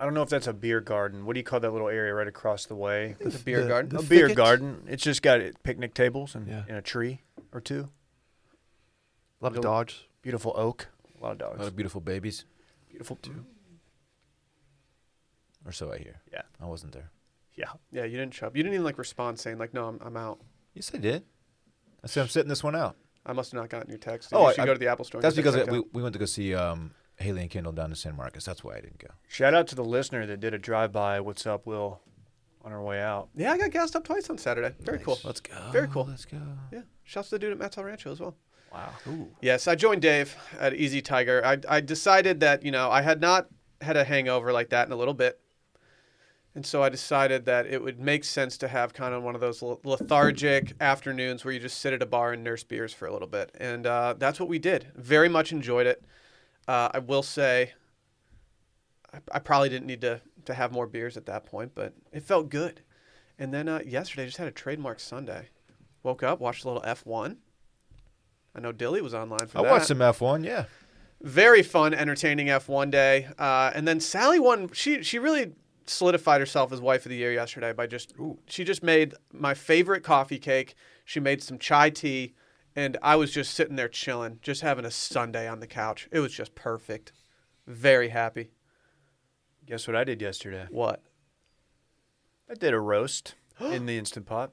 B: I don't know if that's a beer garden. What do you call that little area right across the way?
A: It's a beer
D: the-
A: garden.
D: the-
B: a beer
D: thicket?
B: garden. It's just got picnic tables and,
D: Yeah.
B: and a tree or two.
D: A lot of
B: Nope.
D: dogs.
B: Beautiful oak. A lot of
C: A
B: dogs.
C: lot of beautiful babies,
B: beautiful too.
C: or so I hear.
B: Yeah.
C: I wasn't there.
B: Yeah.
A: yeah, you didn't chub. You didn't even like respond saying like, "No, I'm, I'm out."
C: Yes, I did. I said I'm sitting this one out.
A: I must have not gotten your text.
C: Oh,
A: Oh, you
C: I-
A: should
C: I-
A: go to the Apple Store. and
C: That's
A: get that
C: because I,
A: checked
C: we,
A: out.
C: we went to go see um, Haley and Kendall down in San Marcos. That's why I didn't go.
B: Shout out to the listener that did a drive by. What's up, Will? On our way out.
A: yeah, I got gassed up twice on Saturday. Very cool.
C: Let's go.
A: Very cool.
C: Let's go.
A: Yeah, shouts to the dude at Matt's El Rancho as well.
B: Wow.
A: Yes, I joined Dave at Easy Tiger. I, I decided that, you know, I had not had a hangover like that in a little bit. And so I decided that it would make sense to have kind of one of those le- lethargic afternoons where you just sit at a bar and nurse beers for a little bit. And uh, that's what we did. Very much enjoyed it. Uh, I will say, I, I probably didn't need to, to have more beers at that point, but it felt good. And then uh, yesterday, I just had a trademark Sunday. Woke up, watched a little F1. I know Dilly was online for
C: I
A: that
C: watched some F1. Yeah.
A: very fun, entertaining F1 day. Uh, and then Sally won. She she really solidified herself as wife of the year yesterday by just she just made my favorite coffee cake. She made some chai tea, and I was just sitting there chilling, just having a Sunday on the couch. It was just perfect. Very happy.
B: Guess what I did yesterday?
A: What?
B: I did a roast in the instant pot.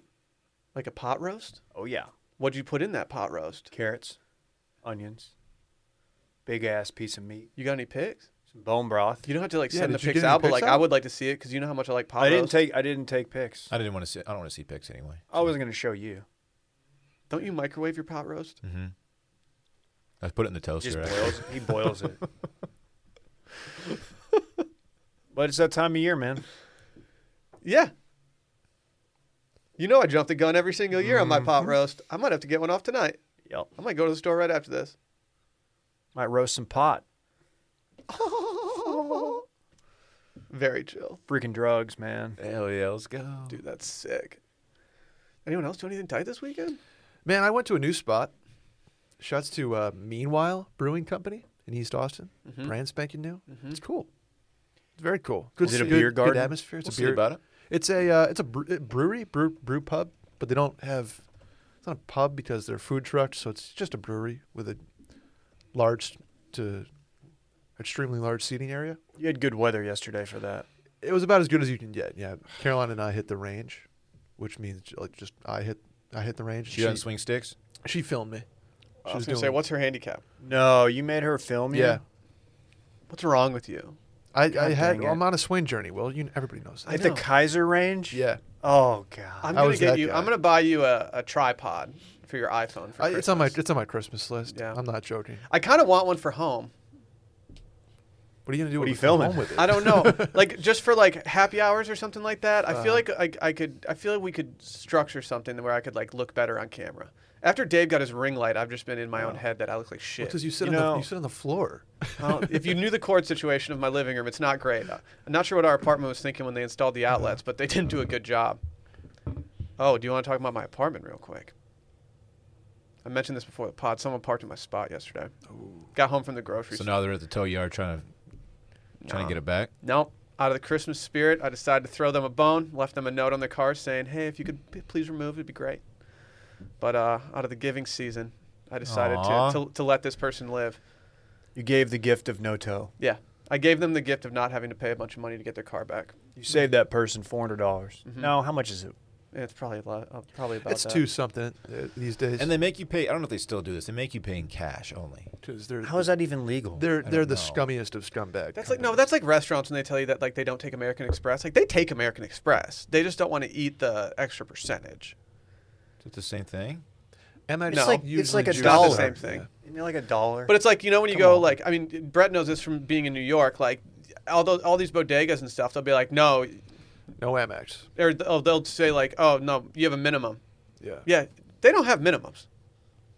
A: Like a pot roast?
B: Oh yeah.
A: What'd you put in that pot roast?
B: Carrots, onions, big ass piece of meat,
A: You got any pics?
B: some bone broth.
A: You don't have to like
D: Yeah,
A: send the
D: did you
A: pics
D: get any
A: out, but
D: pics
A: like
D: out?
A: I would like to see it because you know how much I like pot
B: I
A: roast.
B: didn't take I didn't take pics.
C: I didn't want to see. I don't want to see pics anyway.
B: I wasn't gonna show you.
A: Don't you microwave your pot roast?
C: Mm-hmm. I put it in the
B: He
C: toaster.
B: just
C: actually.
B: boils. He boils it. but it's that time of year, man.
A: Yeah. You know I jump the gun every single year on my
D: Mm-hmm.
A: pot roast. I might have to get one off tonight.
B: Yep.
A: I might go to the store right after
D: [LAUGHS]
A: this.
B: Might roast some pot.
A: Very chill.
B: Freaking drugs, man.
C: Hell yeah, let's go.
A: Dude, that's sick. Anyone else do anything tight this weekend?
D: Man, I went to a new spot. Shouts to uh, Meanwhile Brewing Company in East Austin. Brand spanking new. It's cool. It's very cool. Good,
B: Is it a
D: good-
B: beer garden?
D: Good atmosphere. It's
C: We'll
D: a
C: see
D: beer.
C: about it.
D: It's a uh, it's a bre- brewery brew, brew pub, but they don't have. It's not a pub because they're food trucks, so it's just a brewery with a large to extremely large seating area.
B: You had good weather yesterday for that.
D: It was about as good as you can get. Yeah, Caroline and I hit the range, which means like just I hit I hit the range.
C: She doesn't swing sticks.
D: she filmed me. She
A: I was going to say, what's her handicap?
B: No, you made her film you?
D: yeah.
A: What's wrong with you?
D: I, I
B: God
D: had.
B: dang
D: Well,
B: it.
D: I'm on a swing journey. Well, you everybody knows that.
B: At the
A: know.
B: Kaiser Range.
D: Yeah,
B: Oh god.
A: I'm
D: I
A: going to
D: was
A: get
D: that
A: you.
D: guy.
A: I'm going to buy you a, a tripod for your iPhone for
D: I, it's on my
A: Christmas.
D: it's on my Christmas list.
A: Yeah.
D: I'm not joking.
A: I kind of want one for home.
D: What are you gonna do?
B: What are
D: when
B: you
D: we come
B: filming?
D: home with
A: [LAUGHS]
D: it?
A: I don't
D: [LAUGHS]
A: know, like just for like happy hours or something like that. I feel like
D: Uh-huh.
A: I, I could, I feel like we could structure something where I could like look better on camera. After Dave got his ring light, I've just been in my own head that I look like shit.
D: Because you sit
B: You
D: on
B: know-
D: the, you sit on the floor.
A: Well, if you
D: [LAUGHS]
A: knew the cord situation of my living room, it's not great. Uh, I'm not sure what our apartment was thinking when they installed
D: Uh-huh.
A: the outlets, but they didn't do a good job. Oh, do you want to talk about my apartment real quick? I mentioned this before the pod. Someone parked in my spot yesterday. Got home from the grocery
C: So
A: store.
C: now they're at the tow yard trying to trying
A: Nah.
C: to get it back.
A: Nope. Out of the Christmas spirit, I decided to throw them a bone. Left them a note on their car saying, "Hey, if you could p- please remove, it'd be great." But uh, out of the giving season, I decided
C: Aw.
A: to, to to let this person live.
B: you gave the gift of no toe.
A: Yeah, I gave them the gift of not having to pay a bunch of money to get their car back.
B: You saved that person four hundred dollars.
A: Mm-hmm.
B: No, how much is it?
A: It's probably a lot, uh, probably about
D: It's
A: that.
D: two something uh, these days.
C: And they make you pay. I don't know if they still do this. They make you pay in cash only.
D: because they're
B: How is that even legal?
D: they're
C: don't
D: they're the
C: know.
D: scummiest of scumbag.
A: That's like no, that's like restaurants when they tell you that like they don't take American Express. Like they take American Express, they just don't want to eat the extra percentage.
C: Is it the same thing?
D: And I
A: It's
D: just
A: like-
B: it's
D: usually
B: like a
D: juice-
A: It's
B: dollar.
A: not the same thing.
B: Isn't it like a dollar?
A: But it's like you know when you
B: Come
A: go
B: on.
A: like I mean Brett knows this from being in New York. Like all those all these bodegas and stuff, they'll be like, no,
D: No Amex.
A: or they'll, they'll say like, oh no, you have a minimum.
D: Yeah.
A: Yeah, they don't have minimums.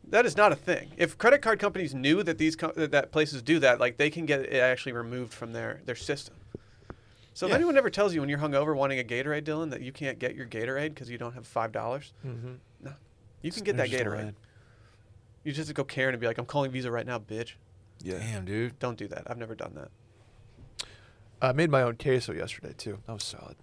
A: That is not a thing. If credit card companies knew that these com- that- that places do that, like they can get it actually removed from their their system. So if
C: Yeah.
A: anyone ever tells you when you're hungover wanting a Gatorade, Dylan, that you can't get your Gatorade because you don't have five dollars,
D: Mm-hmm.
A: you can get that Gatorade. You just go Karen and be like, I'm calling Visa right now, bitch.
E: Yeah.
C: Damn, dude.
A: Don't do that. I've never done that.
D: I made my own queso yesterday too. That was solid.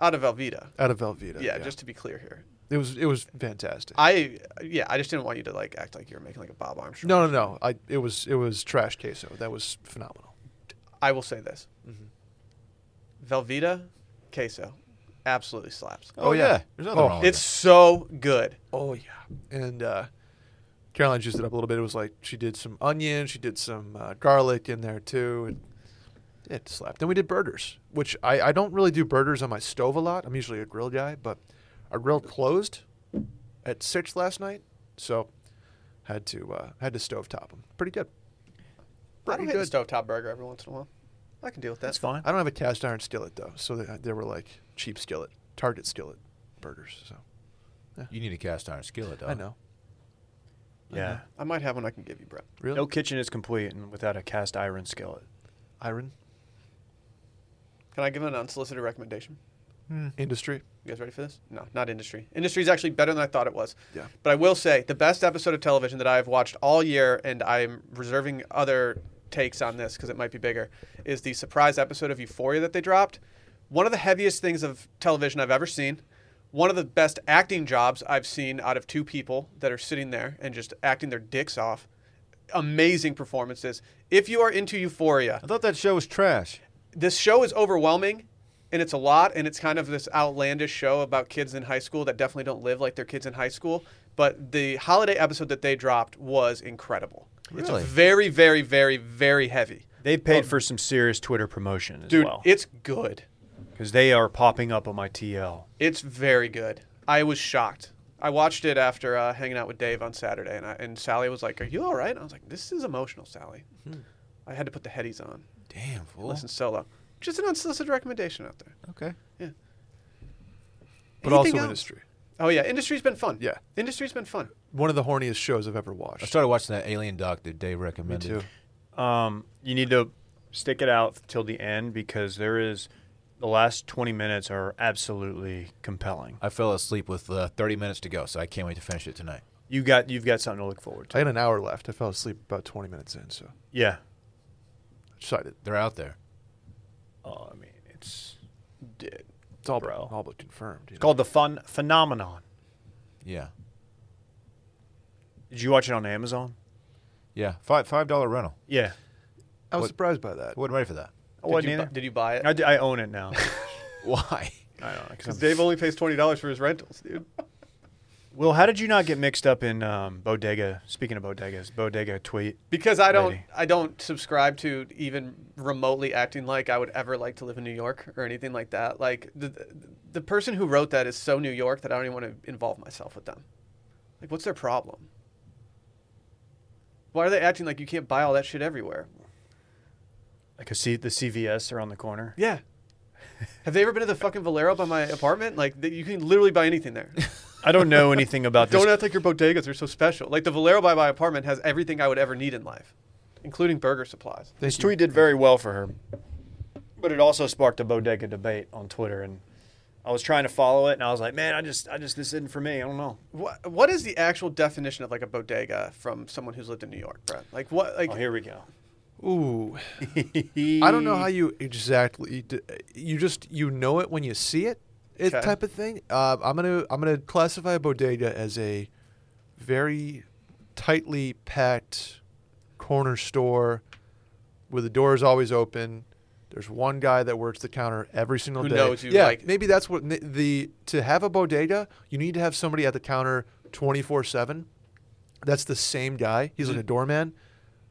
A: Out of Velveeta.
D: Out of Velveeta.
A: Yeah, just to be clear here.
D: it was it was fantastic.
A: I yeah, I just didn't want you to like act like you were making like a Bob Armstrong.
D: no, no, no. I it was it was trash queso. That was phenomenal.
A: I will say this. Mm-hmm. Velveeta queso absolutely slaps.
C: Oh,
D: Oh,
C: yeah.
D: yeah.
C: There's nothing
D: Oh.
C: wrong.
A: It's so good.
D: Oh yeah. And uh, Caroline juiced it up a little bit. It was like she did some onion, she did some uh, garlic in there too, and it slapped. Then we did burgers, which I, I don't really do burgers on my stove a lot. I'm usually a grill guy, but our grill closed at six last night, so had to uh, had to stove top them. Pretty good.
A: I don't hit
D: Pretty
A: the
D: good.
A: stovetop burger every once in a while. I can deal with that.
B: That's fine.
D: I don't have a cast iron skillet though, so they, they were like cheap skillet, Target skillet burgers. So
C: with it. You need a cast iron skillet, though.
D: I know.
B: Yeah.
A: I might have one I can give you, Brett.
D: Really?
B: No kitchen is complete and without a cast iron skillet.
D: Iron
A: Can I give an unsolicited recommendation?
D: industry.
A: You guys ready for this? No, not industry. Industry is actually better than I thought it was.
D: Yeah.
A: But I will say the best episode of television that I have watched all year, and I'm reserving other takes on this because it might be bigger, is the surprise episode of Euphoria that they dropped. One of the heaviest things of television I've ever seen. One of the best acting jobs I've seen out of two people that are sitting there and just acting their dicks off. Amazing performances. If you are into Euphoria,
C: I thought that show was trash.
A: this show is overwhelming and it's a lot and it's kind of this outlandish show about kids in high school that definitely don't live like their kids in high school but the holiday episode that they dropped was incredible
C: Really?
A: it's very very very very heavy
B: They paid for some serious Twitter promotion as
A: Oh. dude
B: well.
A: it's good
B: Because they are popping up on my TL.
A: it's very good i was shocked i watched it after uh, hanging out with dave on saturday and, I, and sally was like are you all right and i was like this is emotional sally i had to put the headies on
C: Damn, fool.
A: listen solo just an unsolicited recommendation out there
C: Okay.
D: But
A: Anything
D: also
A: else?
D: industry.
A: Oh yeah, industry's been fun.
D: Yeah.
A: industry's been fun.
D: One of the horniest shows I've ever
C: I
D: watched.
C: started watching that Alien doc that Dave
D: Me
C: recommended.
D: too.
B: Um, you need to stick it out till the end because there is the last 20 minutes are absolutely compelling.
C: I fell asleep with uh, 30 minutes to go, so I can't wait to finish it tonight.
B: You got you've got something to look forward
D: I
B: to.
D: had an hour left. I fell asleep about 20 minutes in, so
B: Yeah.
D: I decided
C: They're out there.
B: Oh, I mean, it's it's
D: it's all
B: Bro.
D: but all but confirmed. you know.
B: called the fun phenomenon.
C: Yeah.
B: Did you watch it on Amazon?
C: Yeah. Five five dollar rental.
B: Yeah.
D: I was
C: What-
D: surprised by that.
C: I wasn't ready for that.
B: I wasn't
A: did you,
B: either.
A: bu- did you buy it?
B: I, d- I own it [LAUGHS] now.
C: [LAUGHS] Why?
B: I don't know. 'cause
A: Because
B: I'm-
A: Dave only pays twenty dollars for his rentals, dude.
B: Will, how did you not get mixed up in um, Bodega? Speaking of bodegas, Bodega tweet.
A: Because I don't,
B: Lady.
A: I don't subscribe to even remotely acting like I would ever like to live in New York or anything like that. Like the the person who wrote that is so New York that I don't even want to involve myself with them. Like, what's their problem? Why are they acting like you can't buy all that shit everywhere?
B: Like a C- the CVS around the corner.
A: Yeah. Have they ever been to the fucking Valero by my apartment? Like, th- you can literally buy anything there.
B: I don't know anything [LAUGHS] about this.
A: Don't act like your bodegas are so special. Like the Valero by my apartment has everything I would ever need in life, including burger supplies.
D: Thank
B: This
D: you.
B: tweet did very well for her, but it also sparked a bodega debate on Twitter, and I was trying to follow it, and I was like, man, I just, I just, this isn't for me. I don't know.
A: What what is the actual definition of like a bodega from someone who's lived in New York, Brett? Like what? Like
B: Oh, here we go.
A: [LAUGHS]
D: Ooh, I don't know how you exactly. You, d- you just you know it when you see it. It
A: Okay.
D: type of thing. Uh, I'm gonna I'm gonna classify a bodega as a very tightly packed corner store where the door is always open. There's one guy that works the counter every single
A: Who
D: day.
A: knows you,
D: yeah,
A: like-
D: maybe that's what n- the to have a bodega, you need to have somebody at the counter 24 seven. That's the same guy. He's like
A: Mm-hmm.
D: a doorman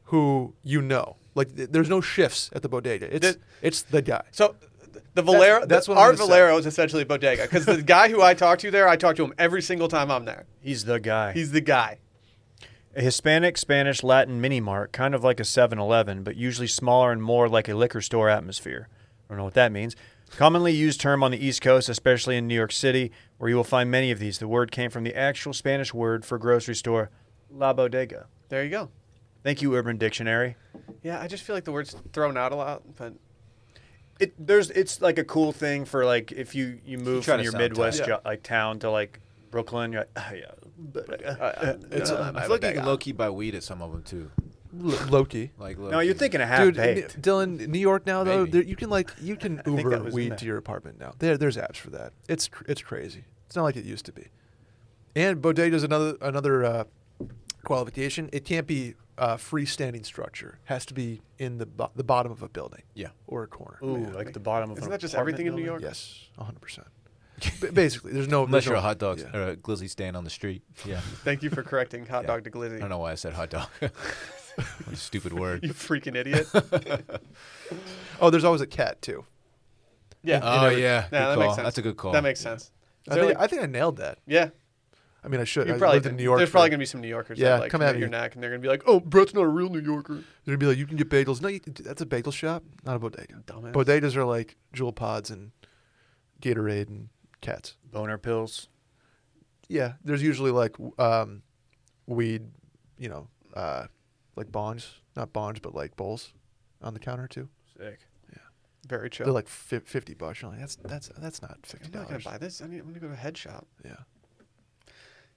D: who you know. Like th- there's no shifts at the bodega. It's
A: That-
D: it's the guy.
A: so. th- The Valero,
D: that's
A: that's
D: what
A: what
D: I'm
A: Art
D: gonna say.
A: Valero is essentially a bodega because the guy who I talk to there, I talk to him every single time I'm there.
B: He's the guy.
A: He's the guy.
B: a Hispanic, Spanish, Latin mini mart, kind of like a 7 Eleven, but usually smaller and more like a liquor store atmosphere. I don't know what that means. Commonly used term on the East Coast, especially in New York City, where you will find many of these. The word came from the actual Spanish word for grocery store, la bodega.
A: There you go.
B: Thank you, Urban Dictionary.
A: Yeah, I just feel like the word's thrown out a lot, but
B: It there's it's like a cool thing for like if you you move
C: try
B: from
C: to
B: your
C: sound
B: Midwest
D: tight.
B: jo- like town to like Brooklyn, you're like, oh, yeah, uh,
C: It's,
A: No,
C: Uh, I feel like you can low key buy weed at some of them too.
D: L- Loki.
C: Like
B: No, you're thinking a half
D: Dude, N-
B: baked.
D: Dylan, New York now though,
C: Maybe.
D: there, you can like you can
B: that
D: Uber
B: was in
D: weed
B: there.
D: to your apartment now. There, there's apps for that. It's cr- it's crazy. It's not like it used to be. And bodega's another another uh, qualification. It can't be a freestanding structure. Has to be in the bo- the bottom of a building.
C: Yeah.
D: or a corner.
B: Ooh, like the bottom of
A: Isn't
B: an
A: that just
B: apartment
A: everything in New
B: building?
A: York?
D: Yes, 100. percent Basically, there's no
C: Unless
D: there's
C: you're a
D: no-
C: hot dog
D: yeah.
C: or a glizzy stand on the street. Yeah. [LAUGHS]
A: Thank you for correcting hot
C: Yeah.
A: dog to
C: I
A: glizzy.
C: don't know why I said hot dog. [LAUGHS] What a stupid word. [LAUGHS]
A: You freaking idiot.
D: Oh, there's always a cat too.
A: Yeah.
C: Oh yeah, good
A: Yeah, that
C: call.
A: makes sense.
C: That's a good call.
A: That makes
C: Yeah.
A: sense.
D: I
A: So,
D: think,
A: like-
D: I think I nailed that.
A: yeah.
D: I mean, I should.
A: You
D: I
A: probably
D: lived in
A: did.
D: New York.
A: There's
D: for-
A: probably gonna be some New Yorkers
D: Yeah,
A: that like
D: come
A: come at
D: at
A: your
D: me.
A: neck and they're gonna be like, "Oh, Brett's not a real New Yorker."
D: There'd be like, you can get bagels. No, you, that's a bagel shop, not a bodega.
A: Dumbass.
D: Bodegas are like jewel pods and Gatorade and cats.
B: Boner pills.
D: Yeah, there's usually like w- um, weed, you know, uh, like bongs, not bongs, but like bowls on the counter too.
B: Sick.
A: Very chill.
D: They're like "Oh fi- fifty bucks. You're like, that's that's that's not fifty
A: I'm not gonna
D: dollars.
A: buy this. I need, I'm gonna go to a head shop.
D: Yeah,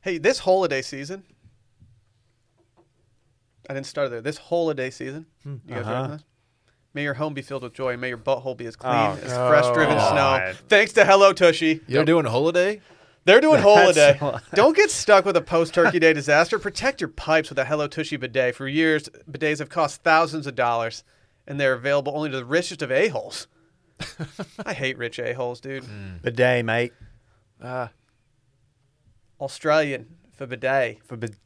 A: Hey, this holiday season. I didn't start there. This holiday season.
D: Hmm.
A: You guys
B: Uh-huh.
A: ready for this? May your home be filled with joy, and may your butthole be as clean
B: Oh,
A: as fresh driven snow.
B: God.
A: Thanks to Hello Tushy.
C: They're doing holiday.
A: They're doing holiday.
B: a lot.
A: Don't get stuck with a post Turkey Day [LAUGHS] disaster. Protect your pipes with a Hello Tushy bidet. For years, bidets have cost thousands of dollars, and they're available only to the richest of a-holes. I hate rich a-holes, dude.
B: Bidet, mate.
D: uh,
A: Australian for bidet.
B: For bid-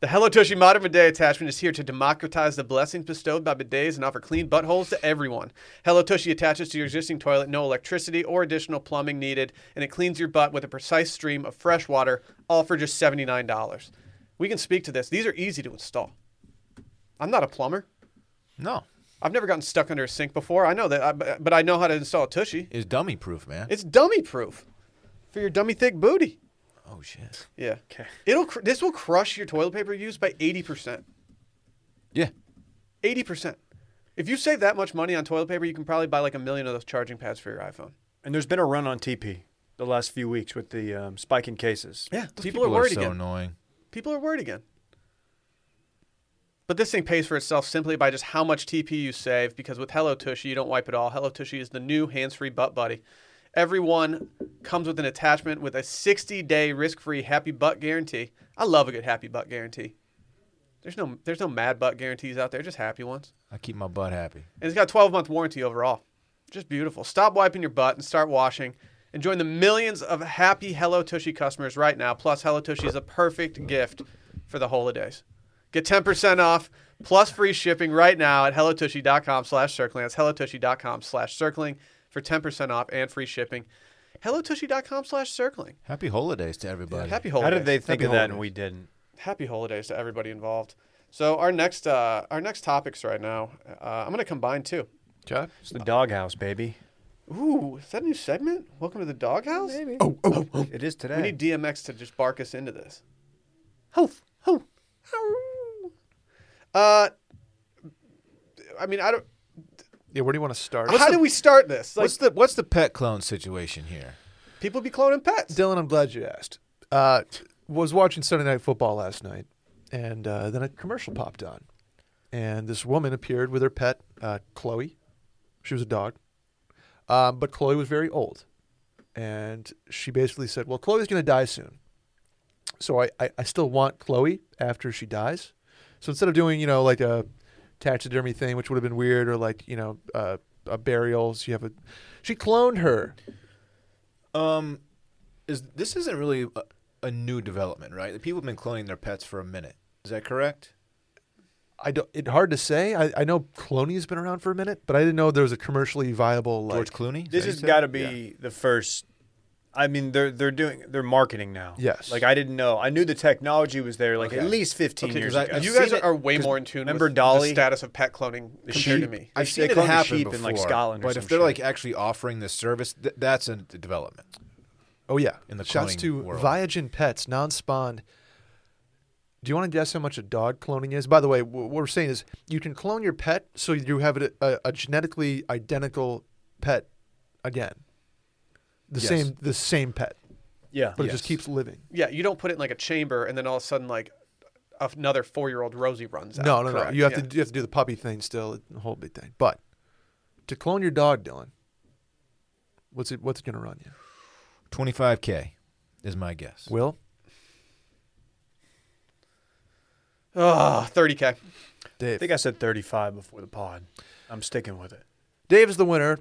A: The Hello Tushy Modern Bidet Attachment is here to democratize the blessings bestowed by bidets and offer clean buttholes to everyone. Hello Tushy attaches to your existing toilet, no electricity or additional plumbing needed, and it cleans your butt with a precise stream of fresh water, all for just $79. We can speak to this. These are easy to install. I'm not a plumber.
C: No,
A: I've never gotten stuck under a sink before. I know that, I- but but I know how to install a Tushy.
C: it's dummy proof, man.
A: It's dummy proof for your dummy thick booty.
C: oh shit.
A: Yeah.
B: Okay.
A: It'll cr- this will crush your toilet paper use by 80%.
C: Yeah.
A: 80%. If you save that much money on toilet paper, you can probably buy like a million of those charging pads for your iPhone.
B: And there's been a run on TP the last few weeks with the um, spike in cases.
A: Yeah.
C: Those
A: People, are worried
C: so
A: again.
C: annoying.
A: people are worried again. But this thing pays for itself simply by just how much TP you save because with Hello Tushy, you don't wipe at all. Hello Tushy is the new hands free butt buddy. Every one comes with an attachment with a 60 day risk free happy butt guarantee. I love a good happy butt guarantee. There's no, there's no mad butt guarantees out there, just happy ones.
C: I keep my butt happy.
A: And it's got a 12 month warranty overall. Just beautiful. Stop wiping your butt and start washing. And join the millions of happy Hello Tushy customers right now. Plus, Hello Tushy is a perfect gift for the holidays. Get 10% off plus free shipping right now at hellotushy.com slash circling. That's hellotushy.com slash circling for 10% off and free shipping. Hellotushy.com slash circling.
C: Happy holidays to everybody.
A: Happy
B: How
A: holidays.
B: did they think
D: Happy
B: of that and
D: holidays.
B: we didn't?
A: Happy holidays to everybody involved. So our next uh, our next topics right now, uh, I'm going to combine two.
D: okay.
B: It's the doghouse, baby.
A: Ooh, is that a new segment? Welcome to the doghouse. Maybe.
D: Oh, oh, oh.
B: It is today.
A: We need DMX to just bark us into this.
B: Hoof, hoof.
A: Uh, I mean, I don't.
D: Yeah, where do you want to start?
A: how do we start this? Like,
C: What's the what's the pet clone situation here?
A: people be cloning pets.
D: Dylan, I'm glad you asked. Uh, was watching Sunday Night Football last night, and uh, then a commercial popped on, and this woman appeared with her pet, uh, Chloe. She was a dog, um, but Chloe was very old, and she basically said, "Well, Chloe's going to die soon, so I, I, I still want Chloe after she dies." So instead of doing you know like a taxidermy thing, which would have been weird, or like you know uh, a burial, so you have a, she cloned her.
C: Um, is this isn't really a, a new development, right? The People have been cloning their pets for a minute. Is that correct?
D: I don't. It's hard to say. I, I know cloning's been around for a minute, but I didn't know there was a commercially viable like.
C: George Clooney. Is
B: This
C: that you
B: has
C: said?
B: got to be
C: Yeah.
B: the first. I mean, they're they're doing they're marketing now.
D: Yes.
B: Like I didn't know. I knew the technology was there. Like
C: Okay.
B: at least fifteen
C: Okay,
B: years
C: 'cause I-
B: ago.
C: I've
A: You
C: seen
A: guys
C: it
A: are way
B: 'cause
A: more in tune
B: remember
A: with
B: Dolly?
A: the status of pet cloning compared to
B: sheep?
A: me.
B: I-
C: I've
B: They
C: seen it
B: clone the
C: happen
B: sheep
C: before,
B: in, like, Scotland or
C: but
B: some
C: if they're
B: shit.
C: like actually offering this service, th- that's a d- development.
D: oh yeah,
C: in the
D: shouts
C: cloning
D: to
C: world.
D: Viagen Pets non-spawned. Do you want to guess how much a dog cloning is? By the way, wh- what we're saying is you can clone your pet so you have a, a, a genetically identical pet again, the
C: Yes.
D: same the same pet.
B: Yeah.
D: but it just
C: Yes.
D: keeps living.
A: Yeah, you don't put it in like a chamber and then all of a sudden like another four year old Rosie runs out.
D: No, no,
A: Correct,
D: no. You have
A: yeah.
D: to do- you have to do the puppy thing still, the whole big thing. But to clone your dog, Dylan, what's it? What's it gonna run you?
C: 25K is my guess.
D: Will
A: Ah, 30K.
B: I
D: Dave?
B: think I said 35 before the pod. I'm sticking with it.
D: Dave is the winner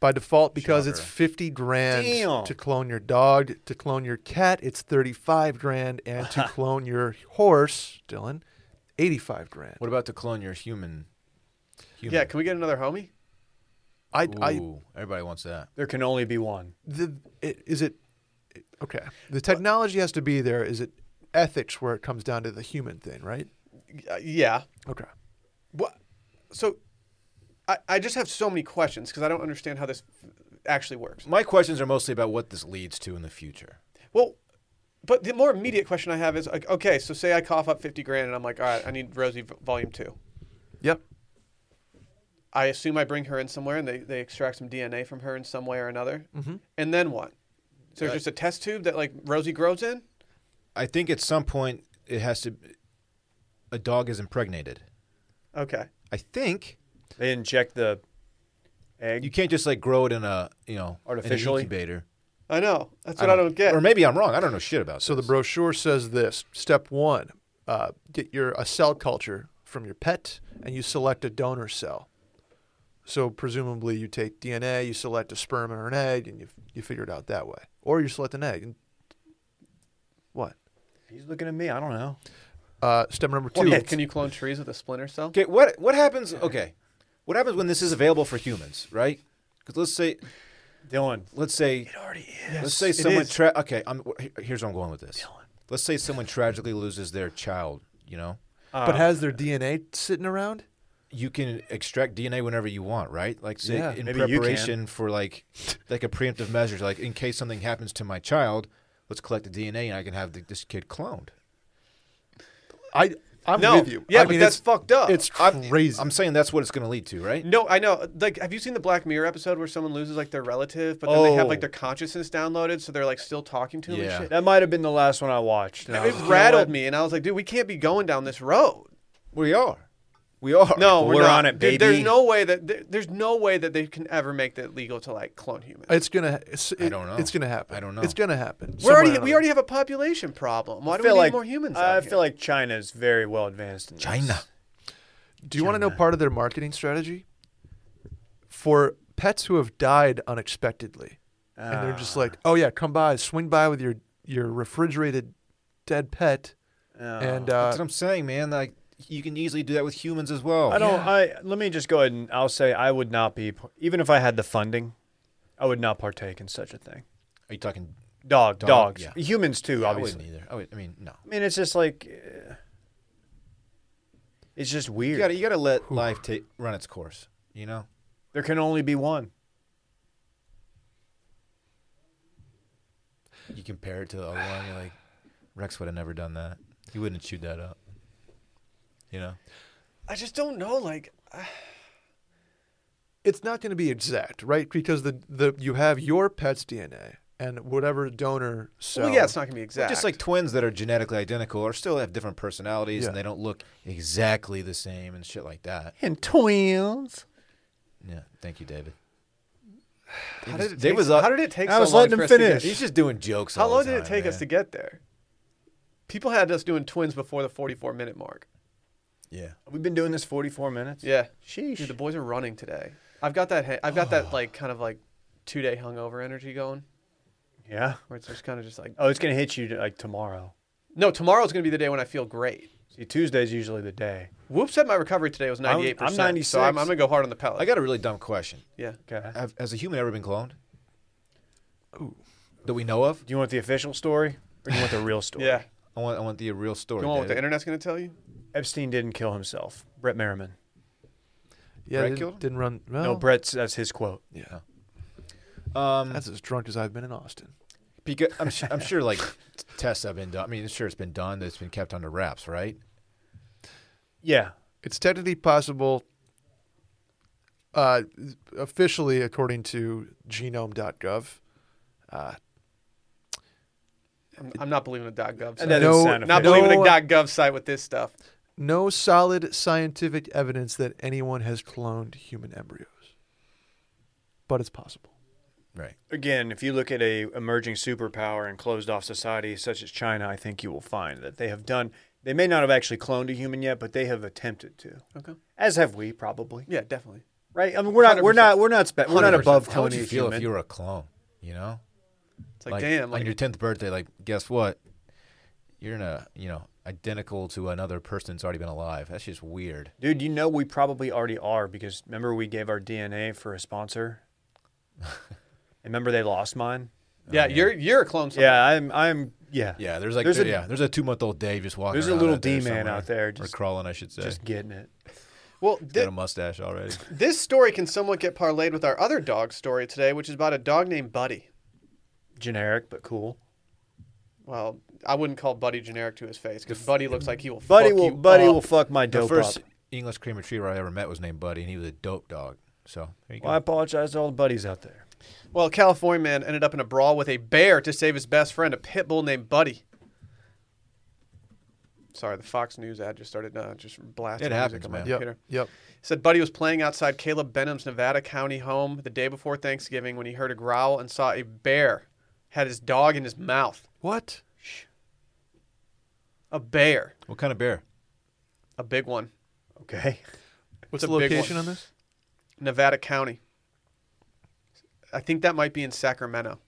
D: by default because it's
C: Shocker.
D: 50 grand
B: Damn.
D: to clone your dog, to clone your cat, it's 35 grand, and to clone your horse, Dylan, 85 grand.
C: What about to clone your human? human?
A: Yeah, can we get another homie?
D: I, I,
C: Ooh, everybody wants that.
B: There can only be one.
D: the, it, is it, okay. The technology has to be there. Is it ethics where it comes down to the human thing, right?
A: Uh, yeah.
D: Okay.
A: What? So I, I just have so many questions because I don't understand how this actually works.
C: My questions are mostly about what this leads to in the future.
A: Well, but the more immediate question I have is like, okay, so say I cough up 50 grand and I'm like, all right, I need Rosie v- volume two.
D: Yep.
A: I assume I bring her in somewhere and they, they extract some DNA from her in some way or another. Mm-hmm. And then what? So
C: Uh,
A: it's just a test tube that like Rosie grows in?
C: I think at some point it has to. A dog is impregnated.
A: Okay.
C: I think
B: They inject the egg.
C: you can't just like grow it in a you know in an
B: Artificially?
C: incubator.
A: I know. That's what I don't, get.
C: Or maybe I'm wrong. I don't know shit about.
D: So the
C: this.
D: brochure says this: Step one, uh, get your a cell culture from your pet, and you select a donor cell. So presumably, you take DNA, you select a sperm or an egg, and you you figure it out that way, or you select an egg. And what?
B: He's looking at me. I don't know.
D: Uh, step number two.
A: Well, can you clone trees with a splinter cell?
C: Okay, what what happens? Okay, what happens when this is available for humans, right? Because let's say
B: Dylan.
C: let's say
B: already
C: let's say
A: it
C: someone
A: is.
C: tra- okay. I'm, wh- here's where I'm going with this. Let's say someone tragically loses their child. You know,
A: uh,
D: but has their DNA sitting around?
C: you can extract DNA whenever you want, right? Like say
D: Yeah,
C: in
B: maybe you can.
C: preparation for like like a preemptive measure, like in case something happens to my child, let's collect the DNA and I can have the, this kid cloned.
D: I I'm
A: No.
D: with you.
A: Yeah,
D: I
A: but
D: mean,
A: that's
D: it's,
A: fucked up.
D: It's
C: I'm-
D: crazy.
C: I'm saying that's what it's going to lead to, right?
A: No, I know. Like, have you seen the Black Mirror episode where someone loses like their relative, but then they have
C: Oh.
A: like their consciousness downloaded, so they're like still talking to them
C: Yeah.
A: and shit?
B: That might have been the last one I watched. and I was
A: it
B: like, you know
A: rattled
B: what?
A: me, and I was like, dude, we can't be going down this road.
C: We are, we are.
A: No,
B: Well,
A: we're,
B: we're
A: not.
B: on it,
A: Dude, there's
B: baby.
A: no way that there, there's no way that they can ever make that legal to like clone humans.
D: it's gonna. It's,
C: I don't know.
D: It's gonna happen.
C: I don't know.
D: It's gonna happen.
A: we're
D: Somewhere
A: already
D: or
A: we
D: another.
A: already have a population problem. Why
B: I
A: do we
B: feel
A: need
B: like
A: more humans?
B: I
A: out
B: feel
A: here?
B: like China is very well advanced. In this.
C: China.
D: Do you want to know part of their marketing strategy? For pets who have died unexpectedly, and they're just like, "Oh yeah, come by, swing by with your your refrigerated dead pet,"
B: Oh.
D: and
C: That's
D: uh,
C: what I'm saying, man. Like you can easily do that with humans as well.
B: I don't. I let me just go ahead and I'll say I would not be even if I had the funding, I would not partake in such a thing.
C: Are you talking?
B: Dog,
C: Dog,
B: dogs,
C: yeah.
B: humans too,
C: I wouldn't
B: obviously.
C: either. I, would, I mean, no.
B: I mean, it's just like uh, it's just
C: You
B: weird.
C: gotta, you gotta let life take run its course. You know.
B: there can only be one.
C: You compare it to the other one. You're like, Rex would have never done that. He wouldn't have chewed that up. You know.
A: I just don't know. Like,
D: it's not going to be exact, right? Because the the you have your pet's DNA and whatever donor cell.
A: well, yeah, it's not gonna be exact.
C: Just like twins that are genetically identical or still have different personalities and
D: Yeah.
C: they don't look exactly the same and shit like that.
B: And twins.
C: Yeah. Thank you, David.
A: how did it
C: Dave
A: take,
C: was up-
A: how did it take?
B: I
A: so
B: was
A: long
B: letting
A: for
B: him
A: us to get-
B: finish.
C: He's just doing jokes.
A: How
C: all the
A: long did it
C: time,
A: take us
C: man.
A: to get there? People had us doing twins before the 44 minute mark.
C: Yeah.
B: We've been doing this 44 minutes.
A: Yeah.
B: Sheesh.
A: Dude, the boys are running today. I've got that. ha- I've got that like kind of like two day hungover energy going,
B: yeah.
A: where it's just kind of just like.
B: Oh, it's gonna hit you like tomorrow.
A: No, tomorrow's gonna be the day when I feel great.
B: See, Tuesday's usually the day.
A: Whoop said my recovery today was
B: I'm- I'm
A: 98. percent So I'm,
B: 96.
A: I'm gonna go hard on the pellet.
C: I got a really dumb question.
A: yeah.
B: Okay.
C: Have, has a human ever been cloned? That we know of?
B: Do you want the official story or do you want the
C: [LAUGHS]
B: real story?
A: Yeah.
C: I want, I want the real story.
A: You want what the
C: David.
A: internet's gonna tell you?
B: Epstein didn't kill himself. Brett Merriman.
D: yeah,
C: Brett
D: didn't,
C: killed him?
D: didn't run. Well,
C: Oh.
B: No, Brett's that's his quote.
D: Yeah,
C: um,
D: that's as drunk as I've been in Austin.
C: because I'm, su- I'm sure like [LAUGHS] t- tests have been done. I mean, I'm sure it's been done. That's been kept under wraps, right?
B: Yeah.
D: It's technically possible. Uh, officially, according to genome.gov, uh,
A: I'm, I'm not believing a .gov site.
B: And that doesn't
D: No-
B: sound
A: not
B: official.
A: believing a
D: No.
A: .gov site with this stuff.
D: No solid scientific evidence that anyone has cloned human embryos, but it's possible.
C: Right.
B: Again, if you look at a emerging superpower and closed off society such as China, I think you will find that they have done. They may not have actually cloned a human yet, but they have attempted to,
A: Okay.
B: as have we probably.
A: Yeah, definitely.
B: Right? I mean, we're not, we are not, we're not, spe- we're not
A: 100%.
B: above
C: How would
B: cloning a
C: you feel
B: human.
C: if you were a clone? You know,
A: It's like, damn, like
C: on your tenth birthday, like guess what? You're in a you know identical to another person that's already been alive. That's just weird.
B: Dude, you know we probably already are because remember we gave our DNA for a
C: [LAUGHS]
B: sponsor. And remember they lost mine.
A: yeah, you're you're a clone. somewhere.
B: Yeah, I'm. I'm. Yeah.
C: Yeah, there's like
B: There's
C: there-
B: a-
C: yeah, there's a two month old Dave just walking.
B: There's a
C: around
B: little
C: out there
B: D-man
C: somewhere.
B: out there
C: or
B: just-
C: crawling, I should say.
B: Just getting it.
A: Well,
C: got a
A: thi-
C: mustache already.
A: this story can somewhat get parlayed with our other dog story today, which is about a dog named Buddy.
B: Generic, but cool.
A: Well, I wouldn't call Buddy generic to his face because Buddy looks like he will.
B: Buddy
A: fuck
B: will.
A: you
B: Buddy
A: up.
B: will fuck my dope
C: the first
B: up.
C: English cream retriever I ever met was named Buddy, and he was a dope dog. So there you go.
B: Well, I apologize to all the buddies out there.
A: Well, a California man ended up in a brawl with a bear to save his best friend, a pit bull named Buddy. Sorry, the Fox News ad just started uh, just blasting.
C: It happens,
A: music on my
C: man.
D: Yep.
A: Computer.
D: Yep.
A: Said Buddy was playing outside Caleb Benham's Nevada County home the day before Thanksgiving when he heard a growl and saw a bear had his dog in his mouth.
D: What?
A: A bear,
C: what kind of bear?
A: a big one.
B: Okay. [LAUGHS]
D: What's
A: It's
D: the
A: a big
D: location
A: one.
D: on this?
A: Nevada County. I think that might be in Sacramento.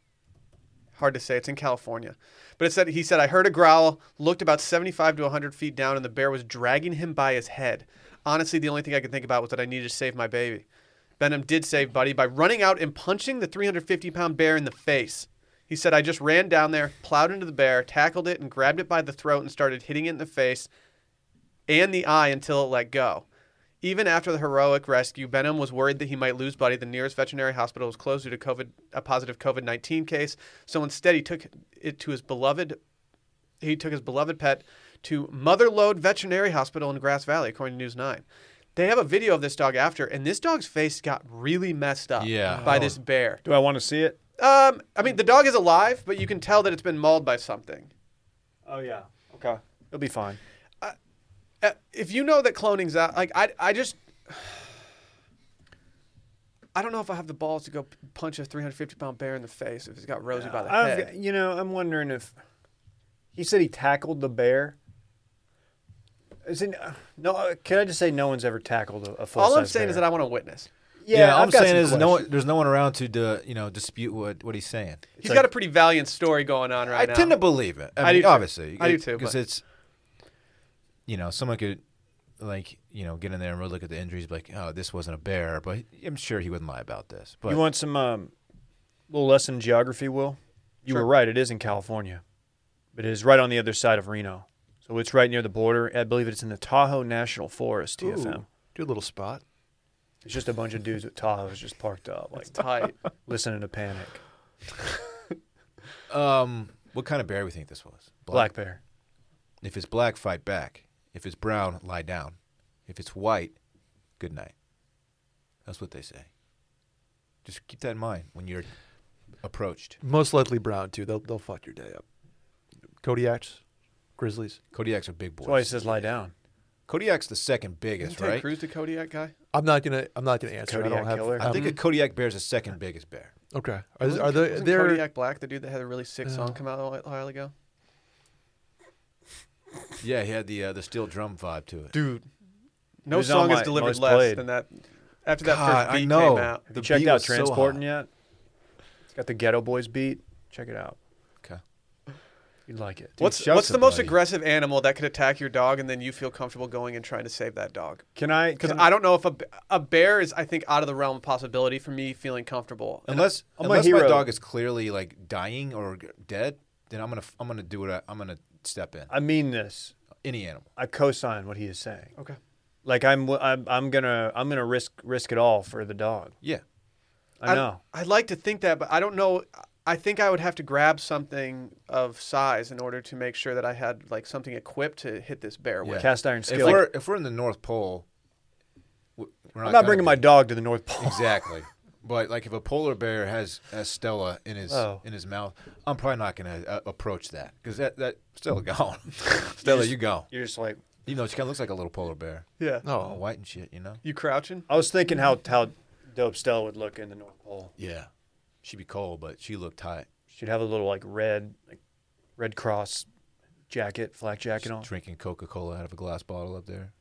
A: Hard to say. It's in California. But it said he said I heard a growl, looked about 75 to 100 feet down, and the bear was dragging him by his head. Honestly, the only thing I could think about was that I needed to save my baby. Benham did save Buddy by running out and punching the 350 pound bear in the face. He said, I just ran down there, plowed into the bear, tackled it, and grabbed it by the throat and started hitting it in the face and the eye until it let go. Even after the heroic rescue, Benham was worried that he might lose Buddy. The nearest veterinary hospital was closed due to COVID, a positive COVID nineteen case. So instead, he took it to his beloved. He took his beloved pet to Motherlode Veterinary Hospital in Grass Valley, according to News Nine. They have a video of this dog after, and this dog's face got really messed up
C: Yeah.
A: by
C: Oh.
A: this bear.
B: Do I want to see it?
A: Um, I mean, the dog is alive, but you can tell that it's been mauled by something.
B: Oh yeah. Okay. It'll be fine.
A: Uh, if you know that cloning's out, like I, I just, [SIGHS] I don't know if I have the balls to go p- punch a 350 pound bear in the face if it's got Rosie by the
B: I've,
A: head.
B: you know, I'm wondering if he said he tackled the bear. Is it, uh, no? Can I just say no one's ever tackled a, a full
A: All I'm saying is that I want to witness.
B: yeah,
C: all
B: I've
C: I'm
B: got
C: saying
B: some
C: is no one,
B: questions.
C: there's no one around to uh, you know dispute what, what he's saying.
A: He's
B: like-
A: got a pretty valiant story going on right
C: I
A: now.
C: tend to believe it. I,
A: I
C: mean,
A: do too.
C: obviously,
A: I do too,
C: because
A: but-
C: it's you know someone could like you know get in there and really look at the injuries, be like oh this wasn't a bear, but I'm sure he wouldn't lie about this. But
B: You want some um, little lesson in geography, Will? You
A: Sure.
B: were right. It is in California, but it is right on the other side of Reno, so it's right near the border. I believe it's in the Tahoe National Forest. TFM.
D: Do a little spot.
B: It's just a bunch of dudes with Tahoes just parked up, like
A: It's tight.
B: listening to Panic.
C: um, what kind of bear we think this was?
B: Black bear.
C: If it's black, fight back. If it's brown, lie down. If it's white, good night. That's what they say. Just keep that in mind when you're approached.
D: Most likely brown too. They'll they'll fuck your day up. Kodiaks, grizzlies.
C: Kodiaks are big boys.
B: That's why he says lie down.
C: Kodiak's the second biggest,
A: Isn't Ted
C: right?
A: Cruz the Kodiak guy?
D: I'm not gonna I'm not gonna answer. I
B: Kodiak
D: don't have.
B: killer.
C: I
D: um,
C: think a Kodiak bear is the second biggest bear.
D: okay. Are,
A: Wasn't-
D: are there
A: wasn't
D: there?
A: Kodiak Black, the dude that had a really sick song
D: Yeah.
A: come out a while- a while ago?
C: Yeah, he had the uh, the steel drum vibe to it.
A: Dude,
B: He
A: no
B: was on
A: song is
B: my
A: delivered
B: most
A: less
B: played.
A: than that. After that
C: God,
A: first
C: I
A: beat
C: know.
A: came out,
B: Have
C: The
B: you checked
C: beat
B: out
C: was so hot.
B: Transporting yet? It's got the Ghetto Boys beat. Check it out.
C: Okay.
B: You'd like it.
A: what's
C: shout
A: what's
C: to
A: the most
C: Buddy.
A: aggressive animal that could attack your dog and then you feel comfortable going and trying to save that dog?
B: Can I?
A: Because
B: can-
A: I don't know if a, b- a bear is, I think, out of the realm of possibility for me feeling comfortable. And
C: Unless
B: I'm a
C: unless my
B: hero.
C: dog is clearly like dying or g- dead, then I'm gonna f- I'm gonna do what I, I'm gonna step in.
B: I mean this.
C: Any animal.
B: I co-sign what he is saying.
A: Okay.
B: Like I'm, wi- I'm, I'm gonna, I'm gonna risk, risk it all for the dog.
C: Yeah.
B: I know.
A: I'd like to think that, but I don't know. I think I would have to grab something of size in order to make sure that I had like something equipped to hit this bear with.
B: Cast iron
C: If
B: skillet.
C: we're if we're in the North Pole, w- we're
B: I'm not
C: gonna
B: bringing my
C: be-
B: dog to the North Pole.
C: Exactly. But like if a polar bear has, has Stella in his
B: Oh.
C: in his mouth, I'm probably not gonna uh, approach that because that that Stella gone.
B: [LAUGHS]
C: Stella, you go.
B: [LAUGHS] You're Mm. just like
C: Even though she kind of looks like a little polar bear,
A: Yeah.
B: Oh.
C: all
D: No,
C: white and shit, you know.
A: You crouching?
B: I was thinking how how dope Stella would look in the North Pole.
C: Yeah, she'd be cold, but she looked tight.
B: She'd have a little like red like red cross jacket, flak jacket
C: She's
B: on.
C: drinking Coca Cola out of a glass bottle up there.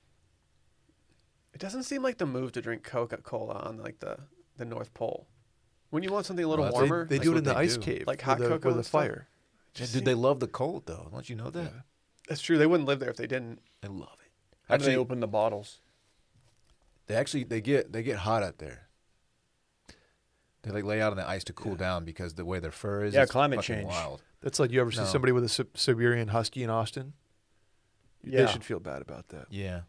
A: It doesn't seem like the move to drink Coca Cola on like the the North Pole. When you want something a little
C: Well,
D: they,
A: warmer,
D: they
C: That's
D: do
C: what
D: it in the
C: they
D: ice
C: do.
D: cave,
A: Like
D: with
A: hot
D: the-
A: cocoa
D: with
A: and
D: a
A: stuff?
D: fire.
C: Yeah,
A: Just
C: dude,
A: seem-
C: they love the cold though. Don't you know that?
A: that's true. They wouldn't live there if they didn't.
C: They love it.
B: How do they
C: Actually,
B: open the bottles?
C: they actually they get they get hot up there. They like lay out on the ice to cool down because the way their fur is.
B: Yeah,
C: it's
B: climate
C: fucking
B: change.
C: Wild.
D: That's like you ever see
C: No.
D: somebody with a Sib- Siberian husky in Austin.
B: Yeah.
D: They should feel bad about that.
C: Yeah.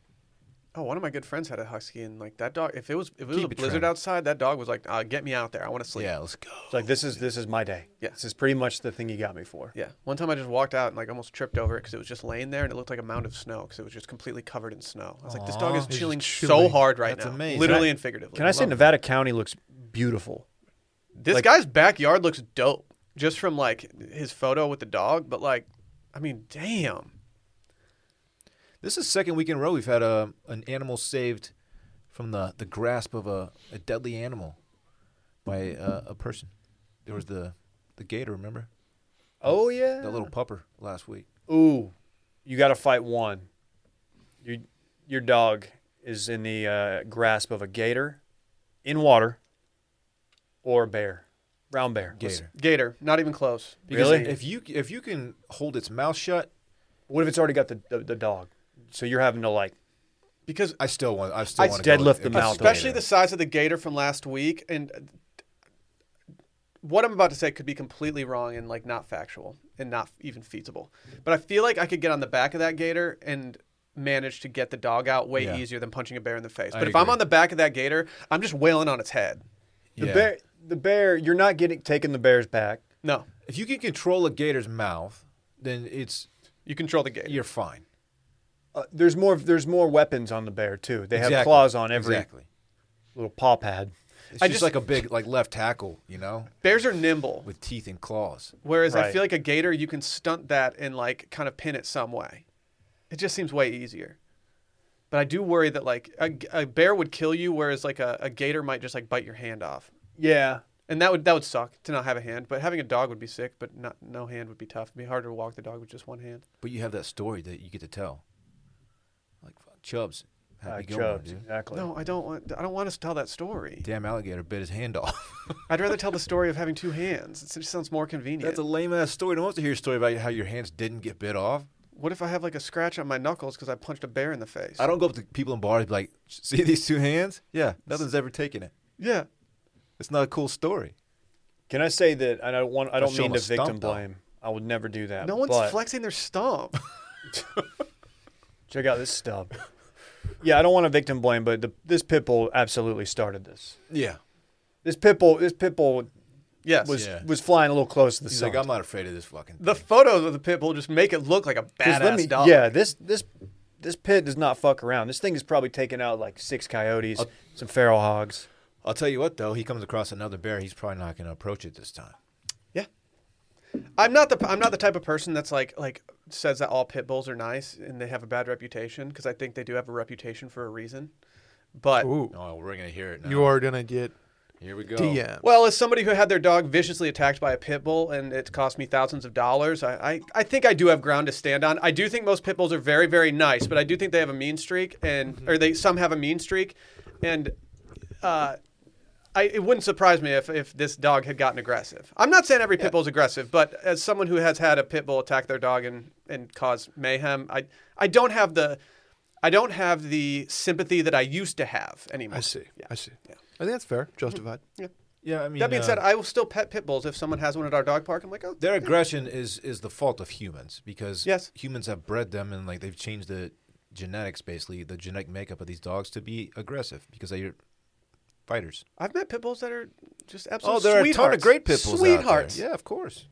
A: Oh, one of my good friends had a husky, and like that dog. If it was if it was
C: Keep
A: a
C: it
A: blizzard
C: trimmed.
A: outside, that dog was like, uh, "Get me out there. I want to sleep."
C: Yeah, let's go.
B: It's like this is this is my day.
A: Yeah.
B: This is pretty much the thing you got me for.
A: Yeah. One time I just walked out and like almost tripped over it because it was just laying there and it looked like a mound of snow because it was just completely covered in snow. I was like, this dog
C: Aw.
A: is
C: It's just
A: chilling, so
D: chilling.
A: hard right
C: That's
A: now,
C: amazing.
A: literally
B: Can I-
A: and figuratively.
B: Can I say
A: Love it.
B: Nevada County looks beautiful?
A: This
B: like-
A: guy's backyard looks dope just from like his photo with the dog, but like, I mean, damn.
C: This is second week in a row we've had a an animal saved from the, the grasp of a, a deadly animal by uh, a person. There was the the gator, remember?
B: Oh yeah.
C: That little pupper last week.
B: Ooh, you got to fight one. Your your dog is in the uh, grasp of a gator, in water, or a bear, brown bear. Let's-
C: Gator.
A: Gator, not even close.
C: Because
B: [LAUGHS] Really?
C: If you if you can hold its mouth shut,
B: What if it's already got the, the, the dog? So you're having to like
A: Because
C: I still want. I still
B: I'd
C: want to
B: deadlift the mouth
A: especially
B: gator.
A: the size of the gator from last week and uh, what i'm about to say could be completely wrong and like not factual and not even feasible but i feel like i could get on the back of that gator and manage to get the dog out way
C: Yeah.
A: easier than punching a bear in the face
C: I
A: but if i'm
C: agree.
A: on the back of that gator i'm just wailing on its head
B: the bear. The bear. You're not getting taking the bear's back.
A: no
C: If you can control a gator's mouth, then it's
A: you control the gator
C: you're fine.
B: Uh, there's more. There's more weapons on the bear too. They have
C: Exactly.
B: claws on every
C: Exactly.
B: little paw pad.
C: It's
A: I
C: just,
A: just-
C: like a big like left tackle, you know,
A: bears are nimble
C: with teeth and claws.
A: whereas i
B: Right.
A: feel like a gator you can stunt that and like kind of pin it some way it just seems way easier but i do worry that like a, a bear would kill you whereas like a, a gator might just like bite your hand off
B: Yeah.
A: and that would that would suck to not have a hand but having a dog would be sick but not no hand would be tough it'd be harder to walk the dog with just one hand
C: But you have that story that you get to tell. Like fuck, Chubbs,
B: Uh,
C: happy Gilmore,
B: Chubbs,
C: dude.
B: exactly.
A: no i don't want i don't want us to tell that story
C: Damn alligator bit his hand off. [LAUGHS]
A: i'd rather tell the story of having two hands it just sounds more convenient
C: That's a lame ass story. No one wants to hear a story about how your hands didn't get bit off.
A: what if i have like a scratch on my knuckles because i punched a bear in the face
C: I don't go up to people in bars and be like, "See these two hands? Yeah, nothing's ever taken it.
A: yeah
C: It's not a cool story."
B: Can I say that? And I don't want. I
C: Don't
B: don't
C: show
B: mean
C: them
B: to
C: a stump,
B: victim
C: though.
B: blame. I would never do that.
A: no one's
B: but-
A: flexing their stump
B: Check out this stub. [LAUGHS] yeah, I don't want to victim blame, but the, this pit bull absolutely started this.
C: Yeah,
B: This pit bull, this pit bull
A: [LAUGHS] yes
B: was
C: Yeah.
B: was flying a little close to the
C: he's
B: sun.
C: like, "I'm not afraid of this fucking."
A: the
C: thing."
A: photos of the pit bull just make it look like a
B: 'Cause
A: badass
B: let me-
A: dog
B: Yeah, this this this pit does not fuck around. This thing is probably taking out like six coyotes, some feral hogs.
C: I'll tell you what, though, he comes across another bear, he's probably not going to approach it this time.
A: Yeah. I'm not the I'm not the type of person that's like like says that all pit bulls are nice and they have a bad reputation because I think they do have a reputation for a reason. But
D: Ooh,
C: Oh, we're going to hear it now.
D: you are gonna get
C: Here we go.
D: DM.
A: well, as somebody who had their dog viciously attacked by a pit bull and it cost me thousands of dollars, I, I, I think I do have ground to stand on. I do think most pit bulls are very, very nice, but I do think they have a mean streak and
D: Mm-hmm.
A: or they some have a mean streak. And uh I, it wouldn't surprise me if, if this dog had gotten aggressive. I'm not saying every pit bull is aggressive, but as someone who has had a pit bull attack their dog and, and cause mayhem, I I don't have the I don't have the sympathy that I used to have anymore.
D: I see.
A: Yeah.
D: I see. I think that's fair,
C: Mm-hmm. [LAUGHS]
D: justified. [LAUGHS]
A: Yeah.
C: Yeah, I mean,
A: That being
C: uh,
A: said, I will still pet pit bulls if someone has one at our dog park. I'm like, oh,
C: their aggression is is the fault of humans because
A: Yes.
C: humans have bred them and like they've changed the genetics basically, the genetic makeup of these dogs to be aggressive because they're fighters.
A: I've met pit bulls that are just absolutely
C: Oh, there are a ton
A: sweethearts.
C: of great pit bulls out there.
A: Sweethearts.
C: Yeah, of course.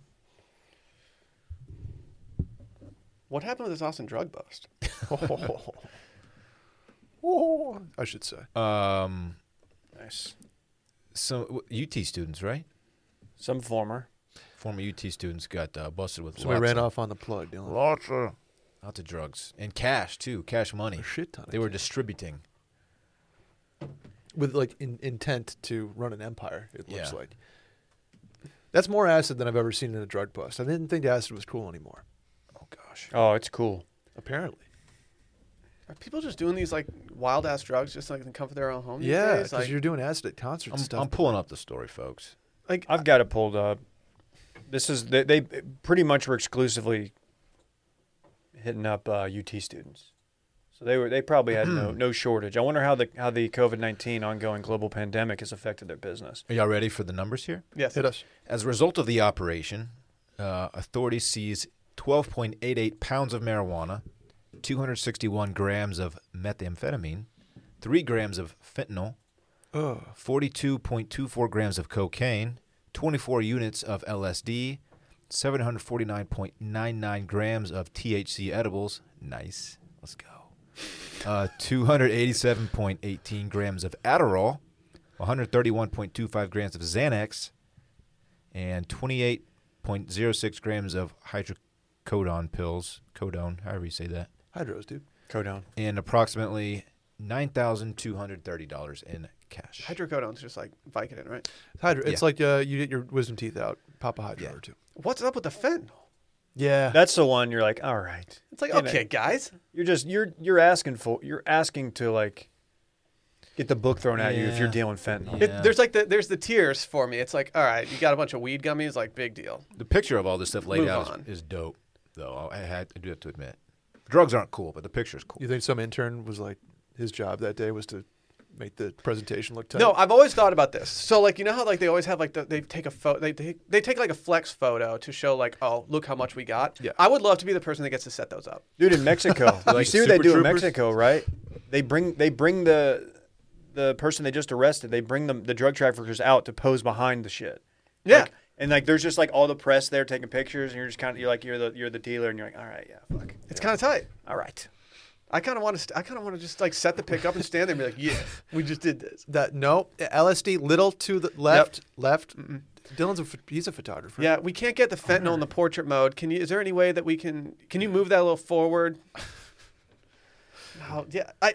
A: What happened with this Austin drug bust?
C: Uh,
D: Oh, I should say.
C: Um,
B: Nice.
C: some UT students, right?
B: Some former.
C: Former UT students got uh, busted with
D: Somebody
C: lots
D: ran
C: of,
D: off on the plug, Dylan.
C: lots of lots of drugs and cash too, cash money.
D: A Oh, shit ton. of
C: They were
D: kids.
C: distributing.
D: with like in, intent to run an empire. It looks
C: Yeah.
D: like that's more acid than I've ever seen in a drug bust. I didn't think acid was cool anymore.
C: Oh gosh.
B: Oh, it's cool.
D: Apparently,
A: Are people just doing these like wild ass drugs just like in the comfort of their own home? these
D: yeah,
A: days?
D: because
A: Like,
D: you're doing acid at concerts
C: I'm,
D: and stuff.
C: I'm pulling up the story, folks.
A: like
B: I've got it pulled up. This is they, they pretty much were exclusively hitting up uh, UT students, so they were they probably had no no shortage. I wonder how the how the COVID nineteen ongoing global pandemic has affected their business.
C: Are y'all ready for the numbers here?
A: yes,
D: Hit us.
C: As a result of the operation, uh, authorities seized 12.88 pounds of marijuana, 261 grams of methamphetamine, 3 grams of fentanyl,
D: Oh,
C: 42.24 grams of cocaine, 24 units of LSD, 749.99 grams of THC edibles. Nice. Let's go. Uh, [LAUGHS] 287.18 grams of Adderall, 131.25 grams of Xanax, and 28.06 grams of hydrocodone pills, codone, however you say that,
D: hydros, dude.
B: Codone.
C: and approximately $9,230 in cash.
A: hydrocodone's just like Vicodin, right?
D: It's, hydro- it's
C: Yeah.
D: like uh, you get your wisdom teeth out, pop a hydro
C: Yeah.
D: or two.
A: What's up with the fentanyl?
D: Yeah,
B: That's the one you're like, all right.
A: It's like
B: You know,
A: okay, guys,
B: you're just you're you're asking for you're asking to like get the book thrown at you if you're
C: Yeah.
B: dealing fentanyl.
C: Yeah.
A: it, there's like the there's the tiers for me. It's like all right, you got a bunch of weed gummies, like big deal.
C: The picture of all this stuff laid
A: Move
C: out
A: on.
C: is, is dope, though. I, I had I do have to admit, drugs aren't cool, but the picture is cool.
D: you think some intern was like his job that day was to make the presentation look tight?
A: No, I've always thought about this. So like you know how like they always have like the, they take a photo they take, they take like a flex photo to show like oh look how much we got.
D: Yeah.
A: I would love to be the person that gets to set those up.
B: Dude, in
A: [LAUGHS]
B: Mexico, you
C: Like
B: see what they
C: Super
B: do in
C: Troopers?
B: Mexico, right? They bring they bring the the person they just arrested. They bring them the drug traffickers out to pose behind the shit.
A: Yeah.
B: Like, and like there's just like all the press there taking pictures, and you're just kind of you're like you're the you're the dealer, and you're like all right, yeah, fuck,
A: It's kind of tight.
B: all right.
A: I kind of want to st- I kind of want to just like set the pick up and stand there and be like yeah we just did this.
D: that no LSD little to the left, left. Dylan's a ph- he's a photographer.
A: Yeah, we can't get the fentanyl in the portrait mode. Can you? Is there any way that we can? Can you move that a little forward? No, yeah, I.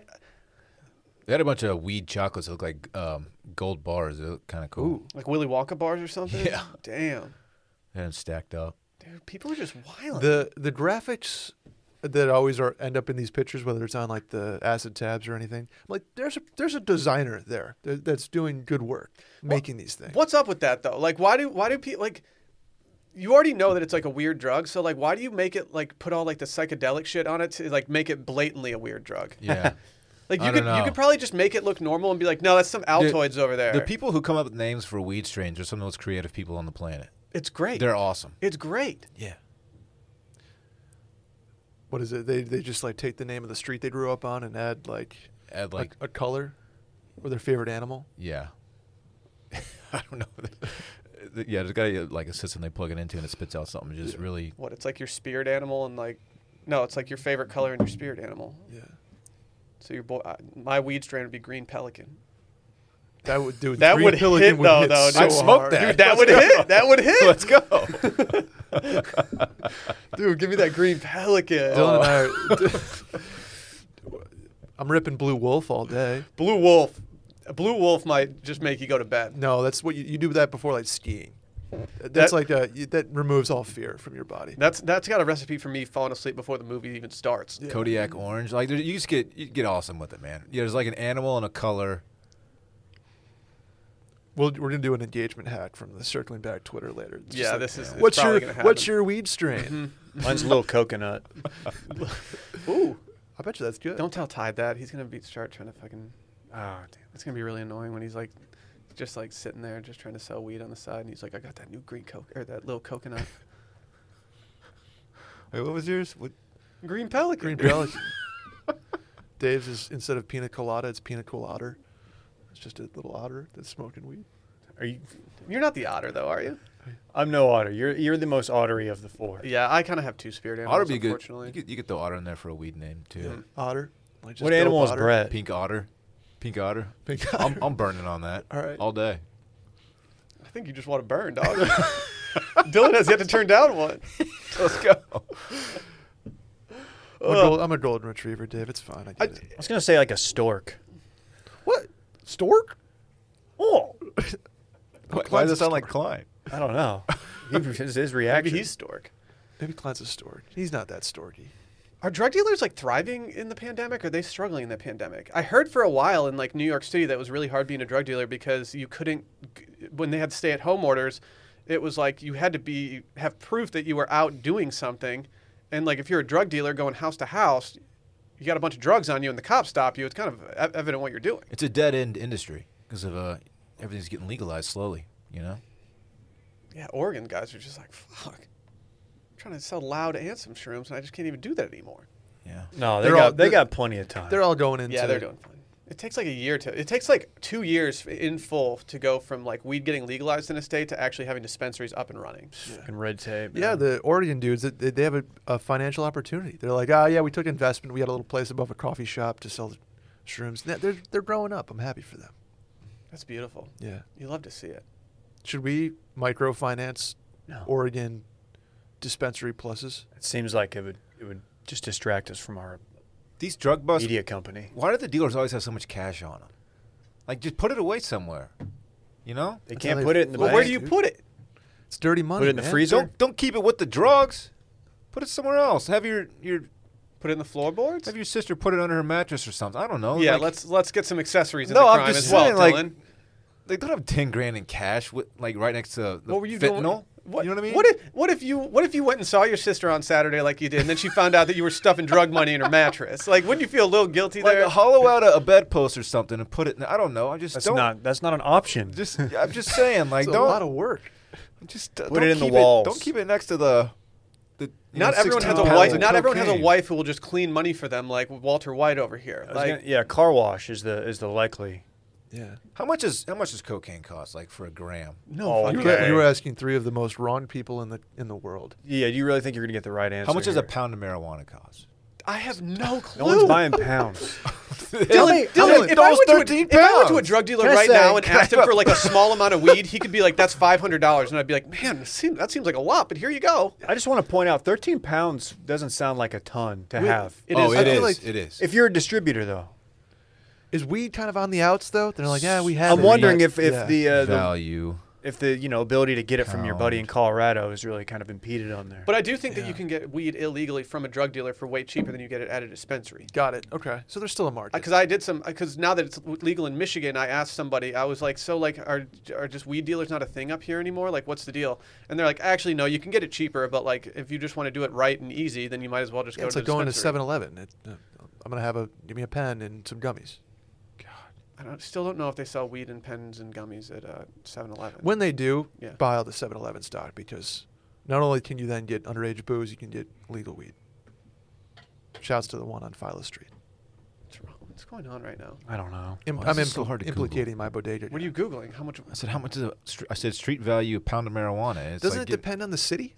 C: They had a bunch of weed chocolates that look like um, gold bars. They look kind of cool.
A: Like Willy Wonka bars or something?
C: Yeah.
A: Damn.
C: They had them stacked up.
A: Dude, people are just wild.
D: the the graphics that always are end up in these pictures, whether it's on like the acid tabs or anything, like there's a there's a designer there that, that's doing good work making these things.
A: What's up with that though? Like, why do why do people like? You already know that it's like a weird drug, so like, why do you make it like put all like the psychedelic shit on it to like make it blatantly a weird drug?
C: Yeah.
A: [LAUGHS] Like
C: I
A: you
C: don't
A: could you
C: know.
A: could probably just make it look normal and be like, no, that's some Altoids over there.
C: the people who come up with names for weed strains are some of the most creative people on the planet.
A: it's great.
C: They're awesome.
A: It's great.
C: Yeah.
D: What is it? They they just like take the name of the street they grew up on and add like
C: Add
D: a-
C: Uh, like,
D: a, color or their favorite animal.
C: yeah. [LAUGHS] I don't know. The- yeah, there's got to be like a system they plug it into and it spits out something just really.
A: What? It's like your spirit animal and like, no, it's like your favorite color and your spirit animal.
D: Yeah,
A: So your boy, uh, my weed strain would be green pelican.
D: that would do.
A: That
D: Green
A: would
D: Pelican
A: hit though, though.
D: so
A: I'd
C: smoke
D: hard.
C: that.
A: Dude, that would hit. That would hit.
C: Let's go.
D: [LAUGHS]
A: [LAUGHS] Dude, give me that green pelican.
D: Dylan
C: [LAUGHS]
D: and I are. [LAUGHS] I'm ripping Blue Wolf all day.
A: Blue wolf. A Blue wolf might just make you go to bed.
D: No, that's what you, you do that before like skiing. That's like uh, you, that removes all fear from your body.
A: That's that's got a recipe for me falling asleep before the movie even starts.
C: Kodiak orange. Like there- you just get you get awesome with it, man. Yeah, there's like an animal and a color.
D: We'll, we're gonna do an engagement hack from the circling back Twitter later. It's just
A: Yeah,
D: like,
A: this is. it's
D: what's
A: probably
D: your
A: gonna happen.
D: what's
A: Mm-hmm.
D: your weed strain?
B: Mine's a
A: [LAUGHS]
B: little coconut.
A: Ooh,
D: I bet you that's good.
A: don't tell Tide that. He's gonna be start trying to fucking.
B: Ah,
A: It's gonna be really annoying when he's like, just like sitting there, just trying to sell weed on the side, and he's like, I got that new green coke or that little coconut,
C: Wait, what was yours? What?
A: green pelican.
D: [LAUGHS] Green belly. [LAUGHS] Dave's is instead of pina colada, it's pina colada. It's just a little otter that's smoking weed.
B: damn. Are you?
A: You're not the otter though, are you?
B: I'm no otter. You're you're the most ottery of the four.
A: Yeah, I kind of have two spirit animals.
C: Otter would be good.
A: unfortunately.
C: You get, you get the otter in there for a weed name too.
D: Otter. Like just
B: what
D: dope
B: animal is [LAUGHS]
D: otter.
B: Brett?
C: Pink otter. Pink otter.
D: Pink
C: I'm,
D: otter.
C: I'm burning on that.
D: All right.
C: All day.
A: I think you just want to burn, [LAUGHS] dog. Dylan has yet to turn down one. Let's go.
D: I'm, a gold, I'm a golden retriever, Dave. It's fine. I
A: I-
D: get it.
B: I was gonna say like a stork.
D: What? Stork?
B: Oh,
C: Why,
D: Klein's
C: why
D: a
C: does it sound like
D: stork.
C: Klein?
B: I
A: [LAUGHS]
B: don't know. He, his, his
A: Maybe
B: reaction.
A: he's stork.
D: Maybe Klein's a stork. He's not that storky.
A: Are drug dealers like thriving in the pandemic? Or are they struggling in the pandemic? I heard for a while in like New York City that it was really hard being a drug dealer because you couldn't when they had stay at home orders, it was like you had to be have proof that you were out doing something. And like if you're a drug dealer going house to house, you got a bunch of drugs on you and the cops stop you, it's kind of ev- evident what you're doing.
C: It's a dead end industry because of uh, everything's getting legalized slowly. You know,
A: Yeah, Oregon guys are just like, fuck. I'm trying to sell loud and some shrooms and I just can't even do that anymore.
C: yeah.
B: no, they
D: They're
B: got
D: all-
B: they
D: they're-
B: got plenty of time.
D: They're all going into
A: Yeah, they're doing fine. It takes like a year to. It takes like two years in full to go from like weed getting legalized in a state to actually having dispensaries up and running.
B: Fucking red tape.
D: Yeah,
B: man.
D: the Oregon dudes, they, they have a, a financial opportunity. They're like, ah, yeah, we took investment. We had a little place above a coffee shop to sell shrooms. They're, they're, they're growing up. I'm happy for them.
A: That's beautiful.
D: Yeah.
A: You love to see it.
D: Should we microfinance
B: No.
D: Oregon dispensary pluses?
B: it seems like it would it would just distract us from our
C: These drug busts.
B: media company.
C: Why do the dealers always have so much cash on them? Like, just put it away somewhere. You know,
B: They
D: That's
B: can't
D: how they-
B: put it in the
D: Well,
A: But
B: bank.
A: where do you
D: dude.
A: put it?
D: It's dirty money.
B: put it in the
D: man.
B: freezer?
C: don't don't keep it with the drugs. Put it somewhere else. Have your your
A: Put it in the floorboards?
C: have your sister put it under her mattress or something. I don't know.
A: yeah,
C: Like,
A: let's let's get some accessories in
C: No,
A: the
C: I'm
A: crime
C: just
A: as well,
C: saying, like,
A: Dylan.
C: They don't have ten grand in cash, with, like right next to the
A: What were you
C: fentanyl.
A: doing? What,
C: you know what I mean?
A: What if what if you what if you went and saw your sister on Saturday like you did, and then she found out that you were stuffing drug money in her mattress? Like, wouldn't you feel a little guilty
C: like
A: there?
C: hollow out a, a bedpost or something and put it. in I don't know. I just
B: That's
C: don't.
B: not that's not an option.
C: just I'm just saying, like
D: [LAUGHS] It's a
C: don't
D: lot of work.
C: just uh,
B: Put
C: don't
B: it in the
C: keep
B: walls.
C: don't keep it next to the. the you
A: not
C: know,
A: everyone has a
C: 16 pounds
A: wife.
C: of
A: Not everyone has a
C: cocaine.
A: wife who will just clean money for them, like Walter White over here.
B: I was
A: Like,
B: gonna- yeah, car wash is the is the likely.
D: Yeah.
C: How much is how much does cocaine cost? Like for a gram?
B: No,
D: Oh, You, were, you were asking three of the most wrong people in the in the world.
B: yeah, do you really think you're gonna get the right answer?
C: How much does a
B: here?
C: pound of marijuana cost?
A: I have no clue.
B: No one's buying [LAUGHS] pounds.
A: Dylan,
C: Tell me-
A: Dylan, if, I
C: those
A: went to a,
C: 13
A: [LAUGHS] if I went to a
C: pounds.
A: drug dealer
C: Can I
A: right
C: say-
A: now and
C: can I
A: asked him
C: have-
A: for like a small amount of weed, he could be like, "That's five hundred dollars," and I'd be like, "Man, that seems, that seems like a lot, but here you go."
B: I just want to point out, 13 pounds doesn't sound like a ton to
D: We-
B: have.
A: it
C: oh,
A: is-
C: it
D: I
C: is.
D: feel like-
C: it is.
B: If you're a distributor, though,
D: Is weed kind of on the outs though? They're like, yeah, we have.
B: I'm
D: it,
B: wondering
D: but-
B: if, if
D: yeah.
B: the, uh, the
C: value.
B: if the you know ability to get it from your buddy in
C: Pound.
B: Colorado is really kind of impeded on there.
A: But I do think that you can get weed illegally from a drug dealer for way cheaper than you get it at a dispensary.
D: got it. Okay, so there's still a market.
A: because Uh, I did some because now that it's legal in Michigan, I asked somebody. I was like, "So like, are are just weed dealers not a thing up here anymore? Like, what's the deal?" And they're like, "Actually, no. You can get it cheaper, but like, if you just want to do it right and easy, then you might as well just
D: Yeah,
A: go
D: it's
A: to
D: like going to
A: dispensary."
D: 7-Eleven. It- uh, I'm gonna have a give me a pen and some gummies.
A: I don't, still don't know if they sell weed and pens and gummies at uh, 7-Eleven.
D: When they do,
A: Yeah.
D: buy all the 7-Eleven stock because not only can you then get underage booze, you can get legal weed. Shouts to the one on Philo Street.
A: what's, wrong? what's going on right now?
B: I don't know.
D: Im-
C: Why is
D: I'm
C: this so
D: impl-
C: hard to Google?
D: implicating my bodega.
A: What are you googling? How much?
C: I said, how much is a? stre- I said street value a pound of marijuana. It's
D: Doesn't
C: like
D: it
C: get-
D: depend on the city?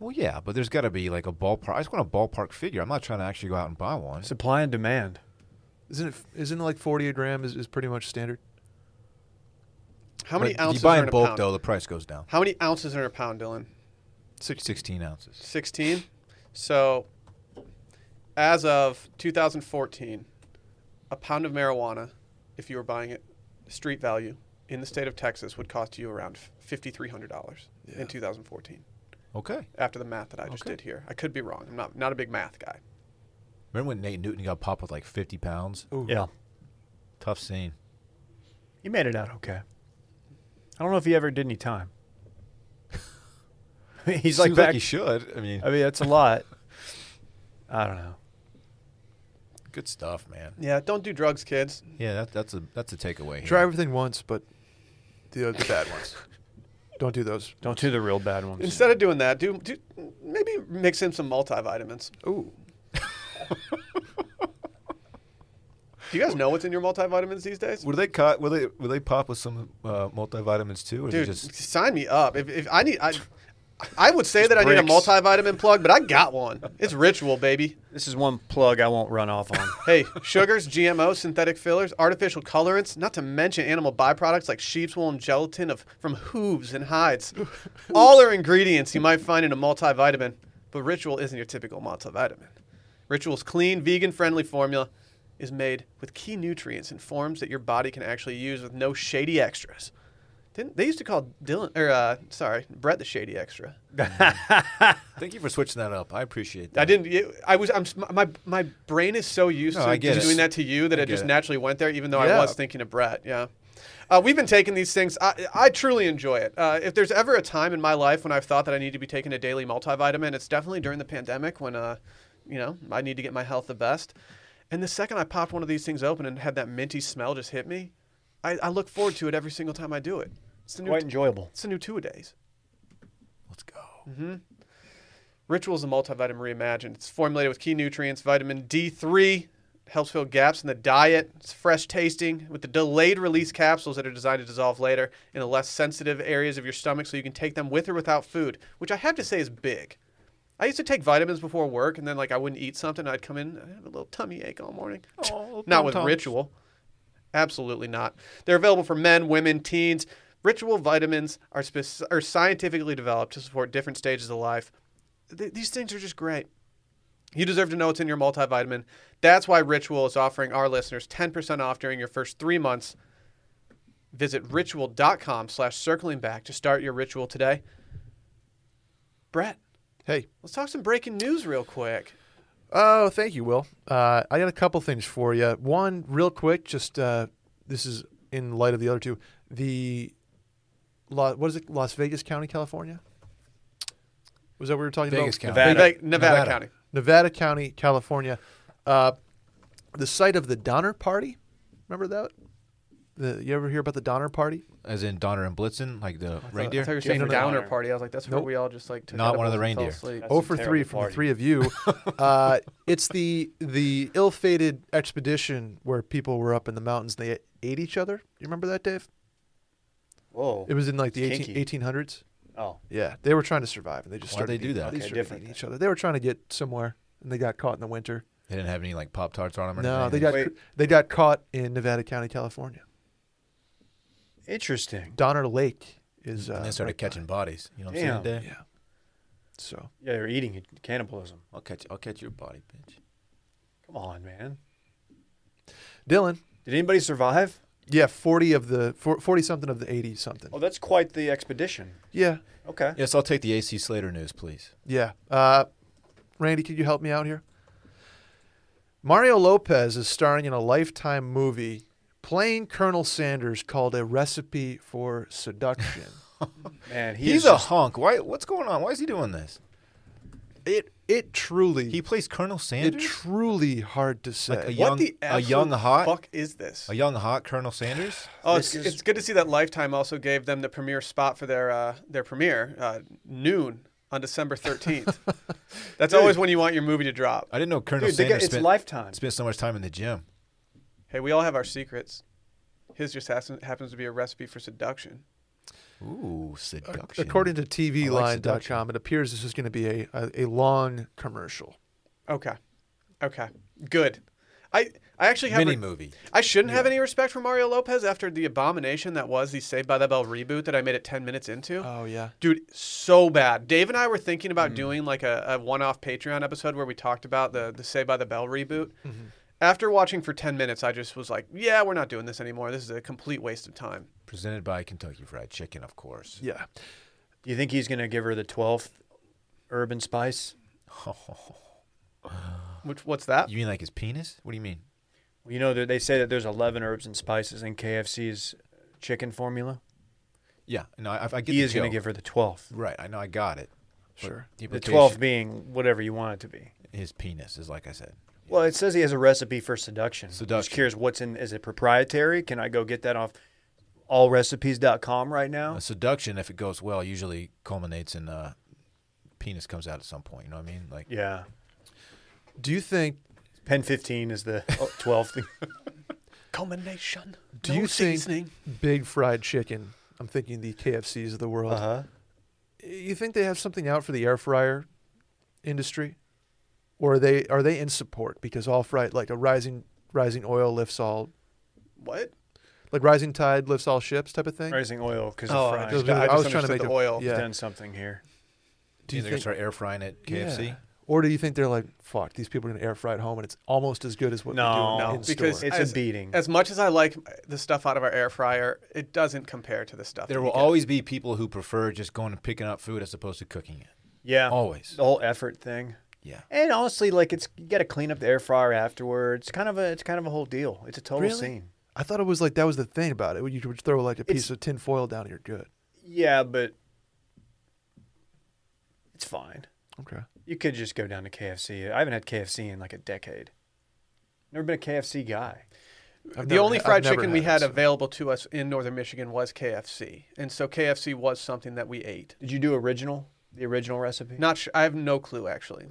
C: Well, yeah, but there's got to be like a ballpark. I just want a ballpark figure. I'm not trying to actually go out and buy one.
B: Supply and demand.
D: Isn't it? Isn't it like 40 a gram is, is pretty much standard?
A: How many
C: But
A: ounces
C: If you buy
A: are
C: in
A: in a
C: bulk,
A: pound?
C: though, the price goes down.
A: How many ounces are in a pound, Dylan?
C: 16 ounces.
A: 16. So, as of 2014, a pound of marijuana, if you were buying it street value in the state of Texas, would cost you around $5,300
D: Yeah.
A: in 2014.
C: Okay.
A: After the math that I just
C: Okay.
A: did here, I could be wrong. I'm not not a big math guy.
C: Remember when Nate Newton got popped with like 50 pounds?
D: Ooh.
B: Yeah,
C: Tough scene.
B: you made it out okay. I don't know if he ever did any time. [LAUGHS] I mean, He's like
C: Seems
B: back.
C: he should. I mean,
B: I mean, that's a lot. I don't know.
C: good stuff, man.
A: Yeah, don't do drugs, kids.
C: Yeah, that, that's a that's a takeaway. Here.
D: Try everything once, but the, uh, the bad ones. Don't do those.
B: Don't do the real bad ones.
A: Instead of doing that, do, do maybe mix in some multivitamins.
D: Ooh,
A: [LAUGHS] Do you guys know what's in your multivitamins these days?
C: Were they caught? Were they were they pop with some uh, multivitamins too, or is it
A: Dude,
C: just [LAUGHS]
A: sign me up. If, if I need, I, I would say
B: Just
A: that I need a
B: bricks.
A: multivitamin plug, but I got one. It's Ritual, baby.
B: This is one plug I won't run off on.
A: [LAUGHS] Hey, sugars, GMO, synthetic fillers, artificial colorants, not to mention animal byproducts like sheep's wool and gelatin of from hooves and hides. All are ingredients you might find in a multivitamin, but Ritual isn't your typical multivitamin. Ritual's clean, vegan-friendly formula is made with key nutrients and forms that your body can actually use with no shady extras. Didn't they used to call Dylan or uh, sorry, Brett the shady extra?
C: Thank you for switching that up. I appreciate that.
A: I didn't. you- I was. I'm. My my brain is so used
C: No,
A: to
C: I get
A: just
C: it.
A: doing that to you that
C: I
A: it just
C: get it.
A: naturally went there, even though I
C: Yeah.
A: was thinking of Brett. Yeah. Uh, we've been taking these things. I, I truly enjoy it. Uh, if there's ever a time in my life when I've thought that I need to be taking a daily multivitamin, it's definitely during the pandemic when, uh, you know, I need to get my health the best. And the second I popped one of these things open and had that minty smell just hit me, I, I look forward to it every single time I do it. It's the new.
B: Quite enjoyable.
A: it's the new two a days.
C: Let's go.
A: Ritual is a multivitamin reimagined. It's formulated with key nutrients, vitamin D3, helps fill gaps in the diet. It's fresh tasting with the delayed release capsules that are designed to dissolve later in the less sensitive areas of your stomach so you can take them with or without food, which I have to say is big. I used to take vitamins before work and then like I wouldn't eat something. I'd come in, I'd have a little tummy ache all morning. not with Ritual. Absolutely not. They're available for men, women, teens. Ritual vitamins are, spec- are scientifically developed to support different stages of life. Th- these things are just great. You deserve to know what's in your multivitamin. That's why Ritual is offering our listeners 10% off during your first three months. Visit ritual.com slash circling back to start your ritual today. Brett,
D: Hey.
A: let's talk some breaking news real quick.
D: Oh, thank you, Will. Uh, I got a couple things for you. One, real quick, just uh, this is in light of the other two. The La- what is it? Las Vegas County, California. Was that what we were talking
C: Vegas
D: about?
C: County.
B: Nevada.
A: Nevada, Nevada
C: Nevada.
A: County.
D: Nevada County, California. Uh, the site of the Donner Party. Remember that? The, you ever hear about the Donner Party?
C: As in Donner and Blitzen, like
A: Uh,
C: the
A: I thought you
C: reindeer.
A: were saying
B: Jennifer
A: downer
B: Downer.
A: party. I was like, that's where
D: Nope.
A: we all just like took
C: Not one of the
A: edibles and fell
C: reindeer.
A: asleep.
B: That's
D: Oh
B: a
D: for
B: terrible
D: three from the
B: party.
D: three
B: [LAUGHS]
D: of you. uh, it's the the ill-fated expedition where people were up in the mountains and they ate each other. You remember that, Dave?
B: Whoa.
D: It was in like the
B: It's
D: 18,
B: kinky.
D: 1800s.
B: Oh,
D: Yeah, they were trying to survive and they just
C: Why'd
D: started
C: they do
D: eating-
C: that?
D: They
B: Okay,
D: started
B: different.
D: eating each other. They were trying to get somewhere and they got caught in the winter.
C: They didn't have any like Pop Tarts on them or
D: No, they
C: anything.
D: got
B: Wait.
D: they got caught in Nevada County, California.
B: interesting.
D: Donner Lake is uh,
C: And they started
D: right
C: catching bodies. You know what
B: Damn.
C: I'm saying? Dave?
D: by- Yeah. So
B: Yeah, they're eating it. cannibalism.
C: I'll catch. I'll catch your body, bitch.
B: Come on, man.
D: Dylan,
B: Did anybody survive?
D: yeah, 40 of the 40 something of the 80 something.
B: Oh, that's quite the expedition.
D: Yeah.
B: Okay.
C: Yes, I'll take the AC Slater news, please.
D: Yeah. Uh, Randy, could you help me out here? Mario Lopez is starring in a lifetime movie playing Colonel Sanders called A Recipe for
C: [LAUGHS]
D: Seduction.
B: Man, he
C: He's,
B: is
C: a
B: just-
C: hunk. Why? What's going on? Why is he doing this?
D: it it truly
C: He plays Colonel
D: it
C: Sanders.
D: truly hard to say.
C: a
A: What
C: young-
A: the
C: a
A: absolute
C: young hot-
A: fuck is this?
C: a young hot Colonel Sanders.
A: Oh, it's,
B: This is-
A: it's good to see that Lifetime also gave them the premiere spot for their uh, their premiere uh, noon on December
C: [LAUGHS]
A: thirteenth. That's always when you want your movie to drop.
C: I didn't know Colonel
B: Dude, they got,
C: Sanders
B: it's
C: spent,
B: lifetime.
C: spent so much time in the gym.
A: Hey, we all have our secrets. His just has, happens to be a recipe for seduction.
C: Ooh, seduction.
D: According to
C: like
D: TVLine.com, it appears this is going to be a, a, a long commercial.
A: Okay, okay, good. I I actually have re-
C: mini movie.
A: I shouldn't have any respect for Mario Lopez after the abomination that was the Saved by the Bell reboot that I made it ten minutes into.
D: Oh yeah.
A: Dude, so bad. Dave and I were thinking about
D: Mm.
A: doing like a, a one-off Patreon episode where we talked about the the Say by the Bell reboot.
D: Mm-hmm.
A: After watching for 10 minutes, I just was like, yeah, we're not doing this anymore. This is a complete waste of time.
C: Presented by Kentucky Fried Chicken, of [LAUGHS] course.
D: Yeah.
B: Do you think he's going to give her the 12th urban spice?
A: Which what's that?
C: You mean like his penis? What do you mean?
B: You know, they- they say that there's 11 herbs and spices in KFC's chicken formula.
C: Yeah, no, I, I get
B: he
C: the
B: is going to give
C: joke.
B: her the 12th.
C: Right, I know, I got it. But
D: Sure.
B: The
C: implication-
B: 12th being whatever you want it to be.
C: his penis is like I said.
B: Well, it says he has a recipe for seduction. I'm just
C: Seduction.
B: curious what's in. Is it proprietary? Can I go get that off allrecipes.com right now?
C: A Uh, seduction, if it goes well, usually culminates in uh, penis comes out at some point. You know what I mean? Like
B: Yeah.
D: Do you think
B: Pen 15 is the oh, 12th.
C: [LAUGHS]
A: Combination.
D: do
C: Uh-huh.
D: you think big fried chicken? I'm thinking the KFCs of the world.
B: uh huh.
D: i- you think they have something out for the air fryer industry, or are they are they in support because all fry like a rising rising oil lifts all
A: What?
D: like rising tide lifts all ships type of thing?
B: Rising oil because
A: Oh,
B: of frying.
A: I
D: Those
A: just,
D: are the-
A: I
D: I
A: just
D: was trying to
A: understood
D: make
A: the
D: a-
A: oil.
B: He's
D: yeah.
B: done something here.
D: Do
C: Do
D: you
C: you they're gonna
D: think-
C: start air frying at KFC?
D: Yeah. Or do you think they're like, fuck, these people are gonna air fry at home and it's almost as good as what
B: No,
D: they do
A: No,
D: in
A: because
D: store?
B: It's
A: as-
B: a beating.
A: As much as I like the stuff out of our air fryer, it doesn't compare to the stuff.
C: There
A: that
C: will
A: you get.
C: always be people who prefer just going and picking up food as opposed to cooking it.
B: yeah,
C: Always.
B: the whole effort thing.
C: Yeah.
B: And honestly, like it's you got to clean up the air fryer afterwards. It's kind of a it's kind of a whole deal. It's a total
D: Really?
B: scene.
D: I thought it was like that was the thing about it. You could throw like a piece of tin foil down and you're good.
B: Yeah, but it's fine.
D: Okay.
B: You could just go down to KFC. I haven't had KFC in like a decade. Never been a KFC guy.
D: I've
A: the
D: never
A: only
D: ha- I've
A: fried
D: never
A: chicken we
D: had
A: had
D: it, so-
A: available to us in northern Michigan was KFC, and so KFC was something that we ate.
B: Did you do original? The original recipe?
A: Not, sh- I have no clue actually.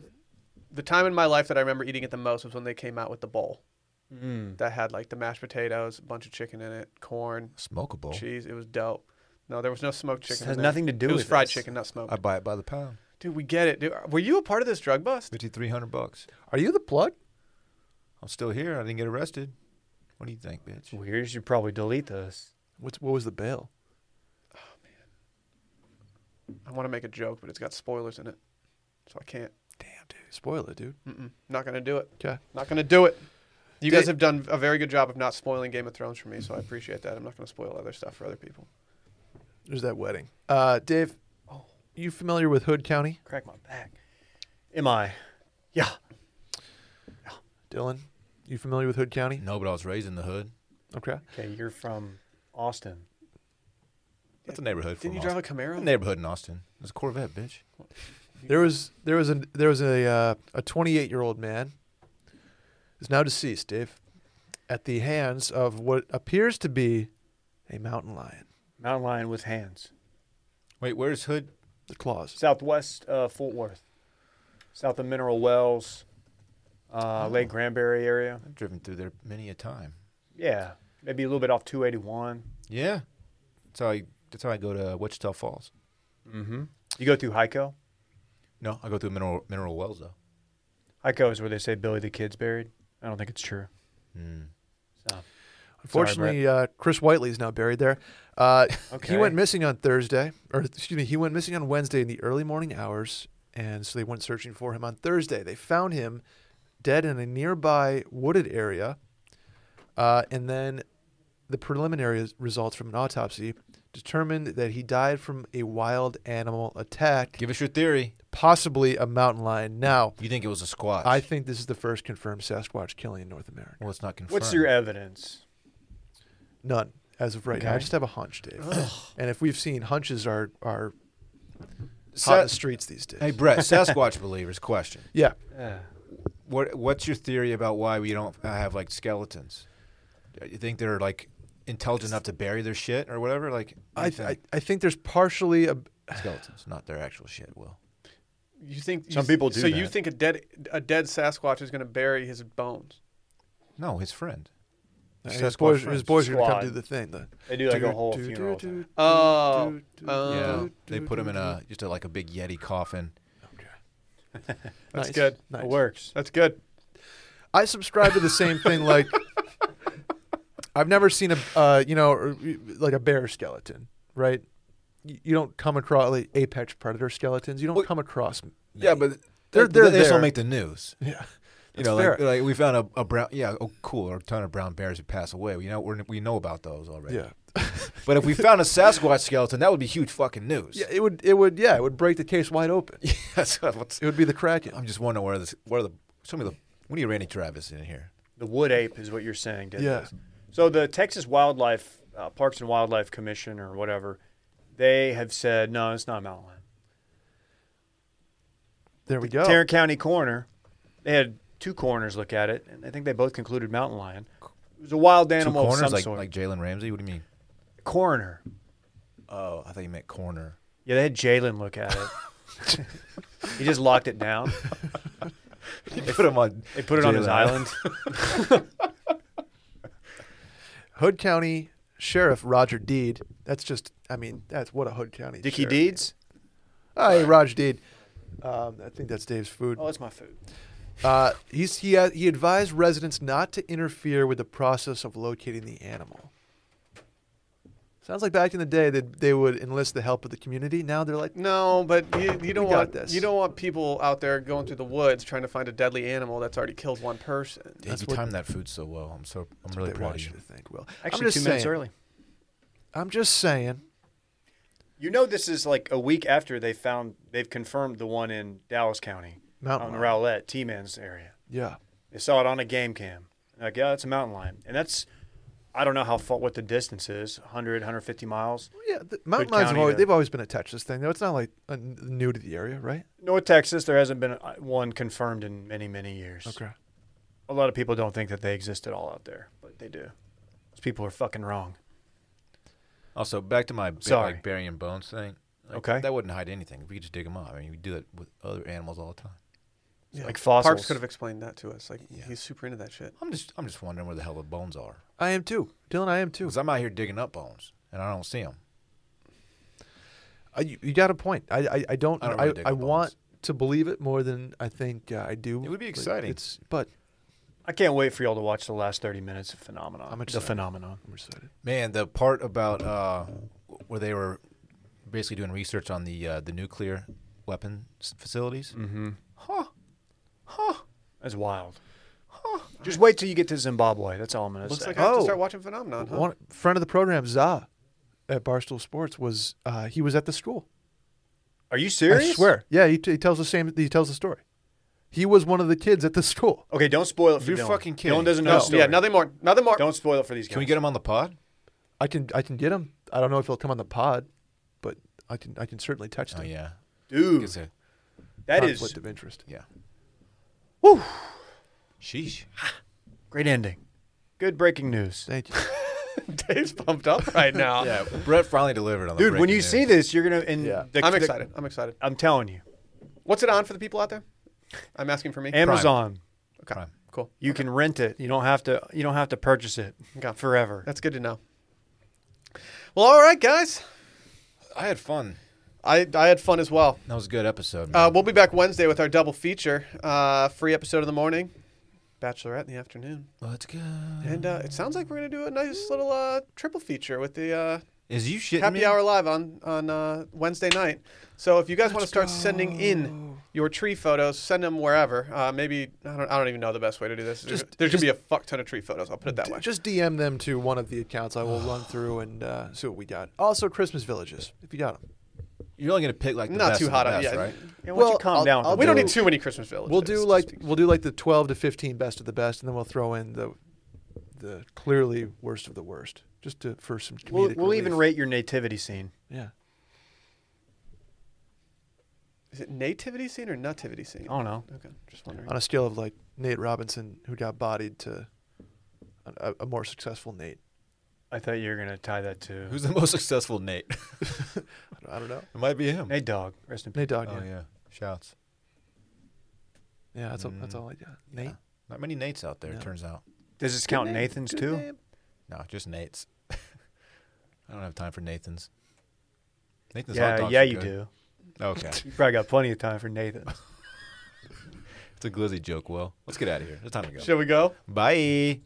A: The time in my life that I remember eating it the most was when they came out with the bowl
B: Mm.
A: that had like the mashed potatoes, a bunch of chicken in it, corn,
C: Smokeable.
A: cheese. It was dope. No, there was no smoked
B: Oh. This
A: chicken.
B: has
A: in there.
B: nothing to do
A: It was
B: with
A: fried
B: this.
A: chicken, not smoked.
C: I buy it by the pound.
A: Dude, we get it. Dude, uh, were you a part of this drug bust?
C: Fifty three hundred bucks.
D: Are you the plug?
C: I'm still here. I didn't get arrested. What do you think, bitch?
B: Weird. You should probably delete those.
D: What's what was the bail?
A: I want to make a joke, but it's got spoilers in it, so I can't.
D: Damn, dude. Spoil it, dude.
A: Mm-mm, not gonna do it.
D: Okay.
A: Not gonna do it. You
D: Did-
A: guys have done a very good job of not spoiling Game of Thrones for me, so I appreciate that. I'm not gonna spoil other stuff for other people.
D: There's that wedding. Uh, Dave, you familiar with Hood County?
B: Crack my back. Am I? Yeah.
D: Dylan, you familiar with Hood County?
C: No, but I was raised in the hood.
D: Okay.
B: Okay, you're from Austin.
C: That's a neighborhood.
A: Didn't
C: from
A: you drive a
C: Austin.
A: Camaro?
C: A neighborhood in Austin. It's a Corvette, bitch.
D: There was there was a there was a uh, a 28 year old man is now deceased, Dave, at the hands of what appears to be a mountain lion.
B: Mountain lion with hands.
C: Wait, where's Hood?
D: The claws.
B: Southwest uh, Fort Worth, south of Mineral Wells, uh, Lake Granbury area.
C: I've driven through there many a time.
B: Yeah, maybe a little bit off 281.
C: Yeah. That's how I. That's how I go to Wichita Falls.
B: Mm-hmm. You go through Hyco.
C: No, I go through Mineral Mineral Wells though.
B: Hyco is where they say Billy the Kid's buried. I don't think it's true.
C: Mm.
B: So.
D: Unfortunately, uh, Chris Whiteley is now buried there. Uh, [LAUGHS]
B: Okay.
D: He went missing on Thursday, or excuse me, he went missing on Wednesday in the early morning hours, and so they went searching for him on Thursday. They found him dead in a nearby wooded area, uh, and then the preliminary results from an autopsy determined that he died from a wild animal attack,
C: Give us your theory.
D: possibly a mountain lion. Now,
C: You think it was a squash?
D: I think this is the first confirmed Sasquatch killing in North America.
C: Well, it's not confirmed.
B: What's your evidence?
D: None as of right now. I
B: Okay.
D: just have a hunch, Dave. and if we've seen hunches are are hot in
C: Sa-
D: the streets these days.
C: hey, [LAUGHS] Brett, Sasquatch believers question.
D: yeah,
B: Yeah.
C: What What's your theory about why we don't have like skeletons? You think they're like intelligent enough to bury their shit or whatever? Like you
D: I, I
C: think
D: I think there's partially a
C: skeletons, not their actual shit. Will
A: You think
B: Some
A: you,
B: people do
A: So you
B: that.
A: think a dead a dead Sasquatch is gonna bury his bones?
C: no, his friend.
D: his
C: Sasquatch
D: boys,
C: friends.
D: his boys are gonna
B: Squad.
D: come do the thing. The,
B: They do like a whole funeral. thing.
A: Oh, um,
C: Yeah, they put him in a just a, like a big yeti coffin.
A: That's
D: Nice.
A: good.
D: Nice.
B: It works.
A: That's good.
D: I subscribe to the
C: [LAUGHS]
D: same thing. Like I've never seen a uh, you know or, like a bear skeleton, right? You you don't come across like apex predator skeletons. You don't
C: Well,
D: come across.
C: Yeah, but
D: They're-
C: they-
D: they're
C: they still
D: there.
C: make the news.
D: Yeah,
C: You
D: That's
C: know,
D: fair.
C: like, like we found a, a brown. Yeah, oh cool, a ton of brown bears who pass away. You know, we're, we know about those already.
D: yeah.
C: But if we found a Sasquatch skeleton, that would be huge fucking news.
D: Yeah, it would. It would. Yeah, it would break the case wide open.
C: [LAUGHS] That's what- what's-
D: It would be the Kraken.
C: I'm just wondering where this, where the, show me the, we need Randy Travis in here.
B: The wood ape is what you're saying, Dennis.
D: Yeah.
B: So the Texas Wildlife uh, Parks and Wildlife Commission or whatever, they have said no, it's not a mountain lion.
D: There we go.
B: Tarrant County coroner, they had two coroners look at it, and I think they both concluded mountain lion. It was a wild animal
C: Two
B: of some
C: corners, like
B: sort.
C: like Jalen Ramsey. What do you mean?
B: coroner.
C: Oh, I thought you meant corner.
B: Yeah, they had Jalen look at it. he just locked it down.
C: [LAUGHS] They put him on.
B: They put it on his
C: Jalen. [LAUGHS]
B: island.
D: Hood County Sheriff Roger Deed. That's just, I mean, that's what a Hood County.
B: Dickie
D: sheriff.
B: Deeds.
D: Oh, hey, Raj Dade. Um, I think that's Dave's food.
A: Oh, it's my food.
D: Uh, he's, he, uh, he advised residents not to interfere with the process of locating the animal. Sounds like back in the day that they would enlist the help of the community. Now they're like, "Mm,
A: No, but you, you don't
D: We got
A: want
D: this.
A: you don't want people out there going through the woods trying to find a deadly animal that's already killed one person.
C: Dave,
D: That's
C: you
D: what-
C: timed that food so well. I'm so I'm really
D: "They
C: proud
D: want
C: of
D: you
C: you.
D: to think, Will. I'm
B: Actually, two
D: just
B: minutes
D: saying,
B: early.
D: I'm just saying.
B: You know, this is like a week after they found they've confirmed the one in Dallas County on
D: Mountain
B: the
D: lion.
B: Rowlett T-Man's area.
D: Yeah.
B: They saw it on a game cam. Like, yeah, it's a mountain lion, and that's I don't know how far what the distance is 100, 150 miles.
D: Yeah, the mountain
B: Good
D: lions have
B: county
D: always,
B: to-
D: they've always been attached to this thing, though. It's not like uh, n- new to the area, right?
B: North Texas, there hasn't been uh, one confirmed in many, many years.
D: Okay.
B: A lot of people don't think that they exist at all out there, but they do. Those people are fucking wrong.
C: Also, back to my ba-
B: Sorry.
C: like burying bones thing. Like,
B: Okay.
C: that wouldn't hide anything. We could just dig them up. I mean, we do that with other animals all the time.
A: Yeah.
B: Like fossils.
A: Parks could have explained that to us. Like
C: Yeah.
A: he's super into that shit.
C: I'm just I'm just wondering where the hell the bones are.
D: I am too. Dylan, I am too.
C: Because I'm out here digging up bones and I don't see them.
D: I, you, you got a point. I I, I don't.
C: I
D: I,
C: don't
D: I,
C: really dig the bones.
D: want to believe it more than I think uh, I do.
C: It would be
D: but
C: exciting.
D: It's but
B: I can't wait for y'all to watch the last 30 minutes of Phenomenon.
D: I'm
B: the
D: excited.
B: Phenomenon.
D: I'm excited.
C: Man, the part about uh, where they were basically doing research on the uh, the nuclear weapon s- facilities.
B: Mm-hmm.
C: Huh.
B: That's wild. Just wait till you get to Zimbabwe. That's all I'm going to
A: Looks
B: say.
A: like I have to
D: Oh.
A: start watching Phenomenon. Huh?
D: One friend of the program, Za, at Barstool Sports was uh, he was at the school.
B: Are you serious?
D: I swear. Yeah, he, t- he tells the same. He tells the story. He was one of the kids at the [LAUGHS] school.
B: Okay, don't spoil it for
C: You're
B: Dylan.
C: fucking
B: Dylan
C: kidding.
B: doesn't know
A: No,
B: the story.
A: yeah, nothing more. Nothing more.
B: Don't spoil it for these guys.
C: Can we get them on the pod?
D: I can I can get him. I don't know if he'll come on the pod, but I can I can certainly touch him.
C: Oh yeah.
B: Dude,
C: It's a-
B: that
D: Conflict
B: is
D: of interest.
C: yeah.
B: Woo.
C: Sheesh.
B: great ending. Good breaking news.
D: Thank you.
A: [LAUGHS] Dave's pumped up right now.
C: Yeah, Brett finally delivered on the
B: Dude, when
C: breaking
B: you
C: news.
B: see this, you're going to. and
D: Yeah.
B: the-
A: I'm
B: the-
A: excited. I'm excited.
B: I'm telling you.
A: What's it on for the people out there? I'm asking for me.
B: Amazon.
A: okay.
C: Prime.
A: Cool.
B: You can rent it. You don't have to. You don't have to purchase it
A: Okay.
B: forever.
A: That's good to know. Well, all right, guys.
C: I had fun.
A: I, I had fun as well.
C: That was a good episode. Man.
A: Uh, we'll be back Wednesday with our double feature. Uh, free episode in the morning, Bachelorette in the afternoon.
C: Let's go.
A: And uh, it sounds like we're going to do a nice little uh, triple feature with the uh,
C: Is you shitting
A: Happy
C: me?
A: Hour Live on, on uh, Wednesday night. So if you guys want to start sending in your tree photos, send them wherever. Uh, maybe, I don't, I don't even know the best way to do this.
D: Just-
A: There's going to be a fuck ton of tree photos. I'll put it that way.
D: Just DM them to one of the accounts. I will run through and uh, see what we got. Also, Christmas villages, if you got them.
C: You're only gonna pick like the
A: Not
C: best
A: too
C: of the
A: hot out-
C: best,
A: yeah.
C: right?
B: Yeah, why don't you
D: Well,
B: calm
D: I'll-
B: down?
D: I'll-
A: we don't
D: do-
A: need too many Christmas villages.
D: We'll do like we'll do like the twelve to fifteen best of the best, and then we'll throw in the the clearly worst of the worst, just to for some comedic
B: We'll, we'll even
D: relief.
B: rate your nativity scene.
D: yeah.
A: Is it nativity scene or nativity scene?
B: I don't know.
A: Okay, just wondering.
D: on a scale of like Nate Robinson who got bodied to a, a more successful Nate.
B: I thought you were gonna tie that to
C: Who's the [LAUGHS] most successful Nate?
D: I don't, I don't know.
C: it might be him.
B: Nate Dog. Rest in peace.
D: Nate Dog.
C: Oh
D: yeah.
C: yeah. Shouts.
D: Yeah, that's all, that's
C: Mm.
D: all I got. Nate.
C: Yeah. Not many Nates out there,
D: No.
C: it turns out.
B: Does this count Nathan's too?
C: No, just Nates. [LAUGHS] I don't have time for Nathan's. Nathan's hot
B: Yeah,
C: dogs
B: yeah,
C: are
B: you
C: good.
B: do.
C: Okay,
B: You probably got plenty of time for Nathan.
C: it's a glizzy joke. Will, let's get out of here. It's time to go.
A: Shall we go?
C: Bye.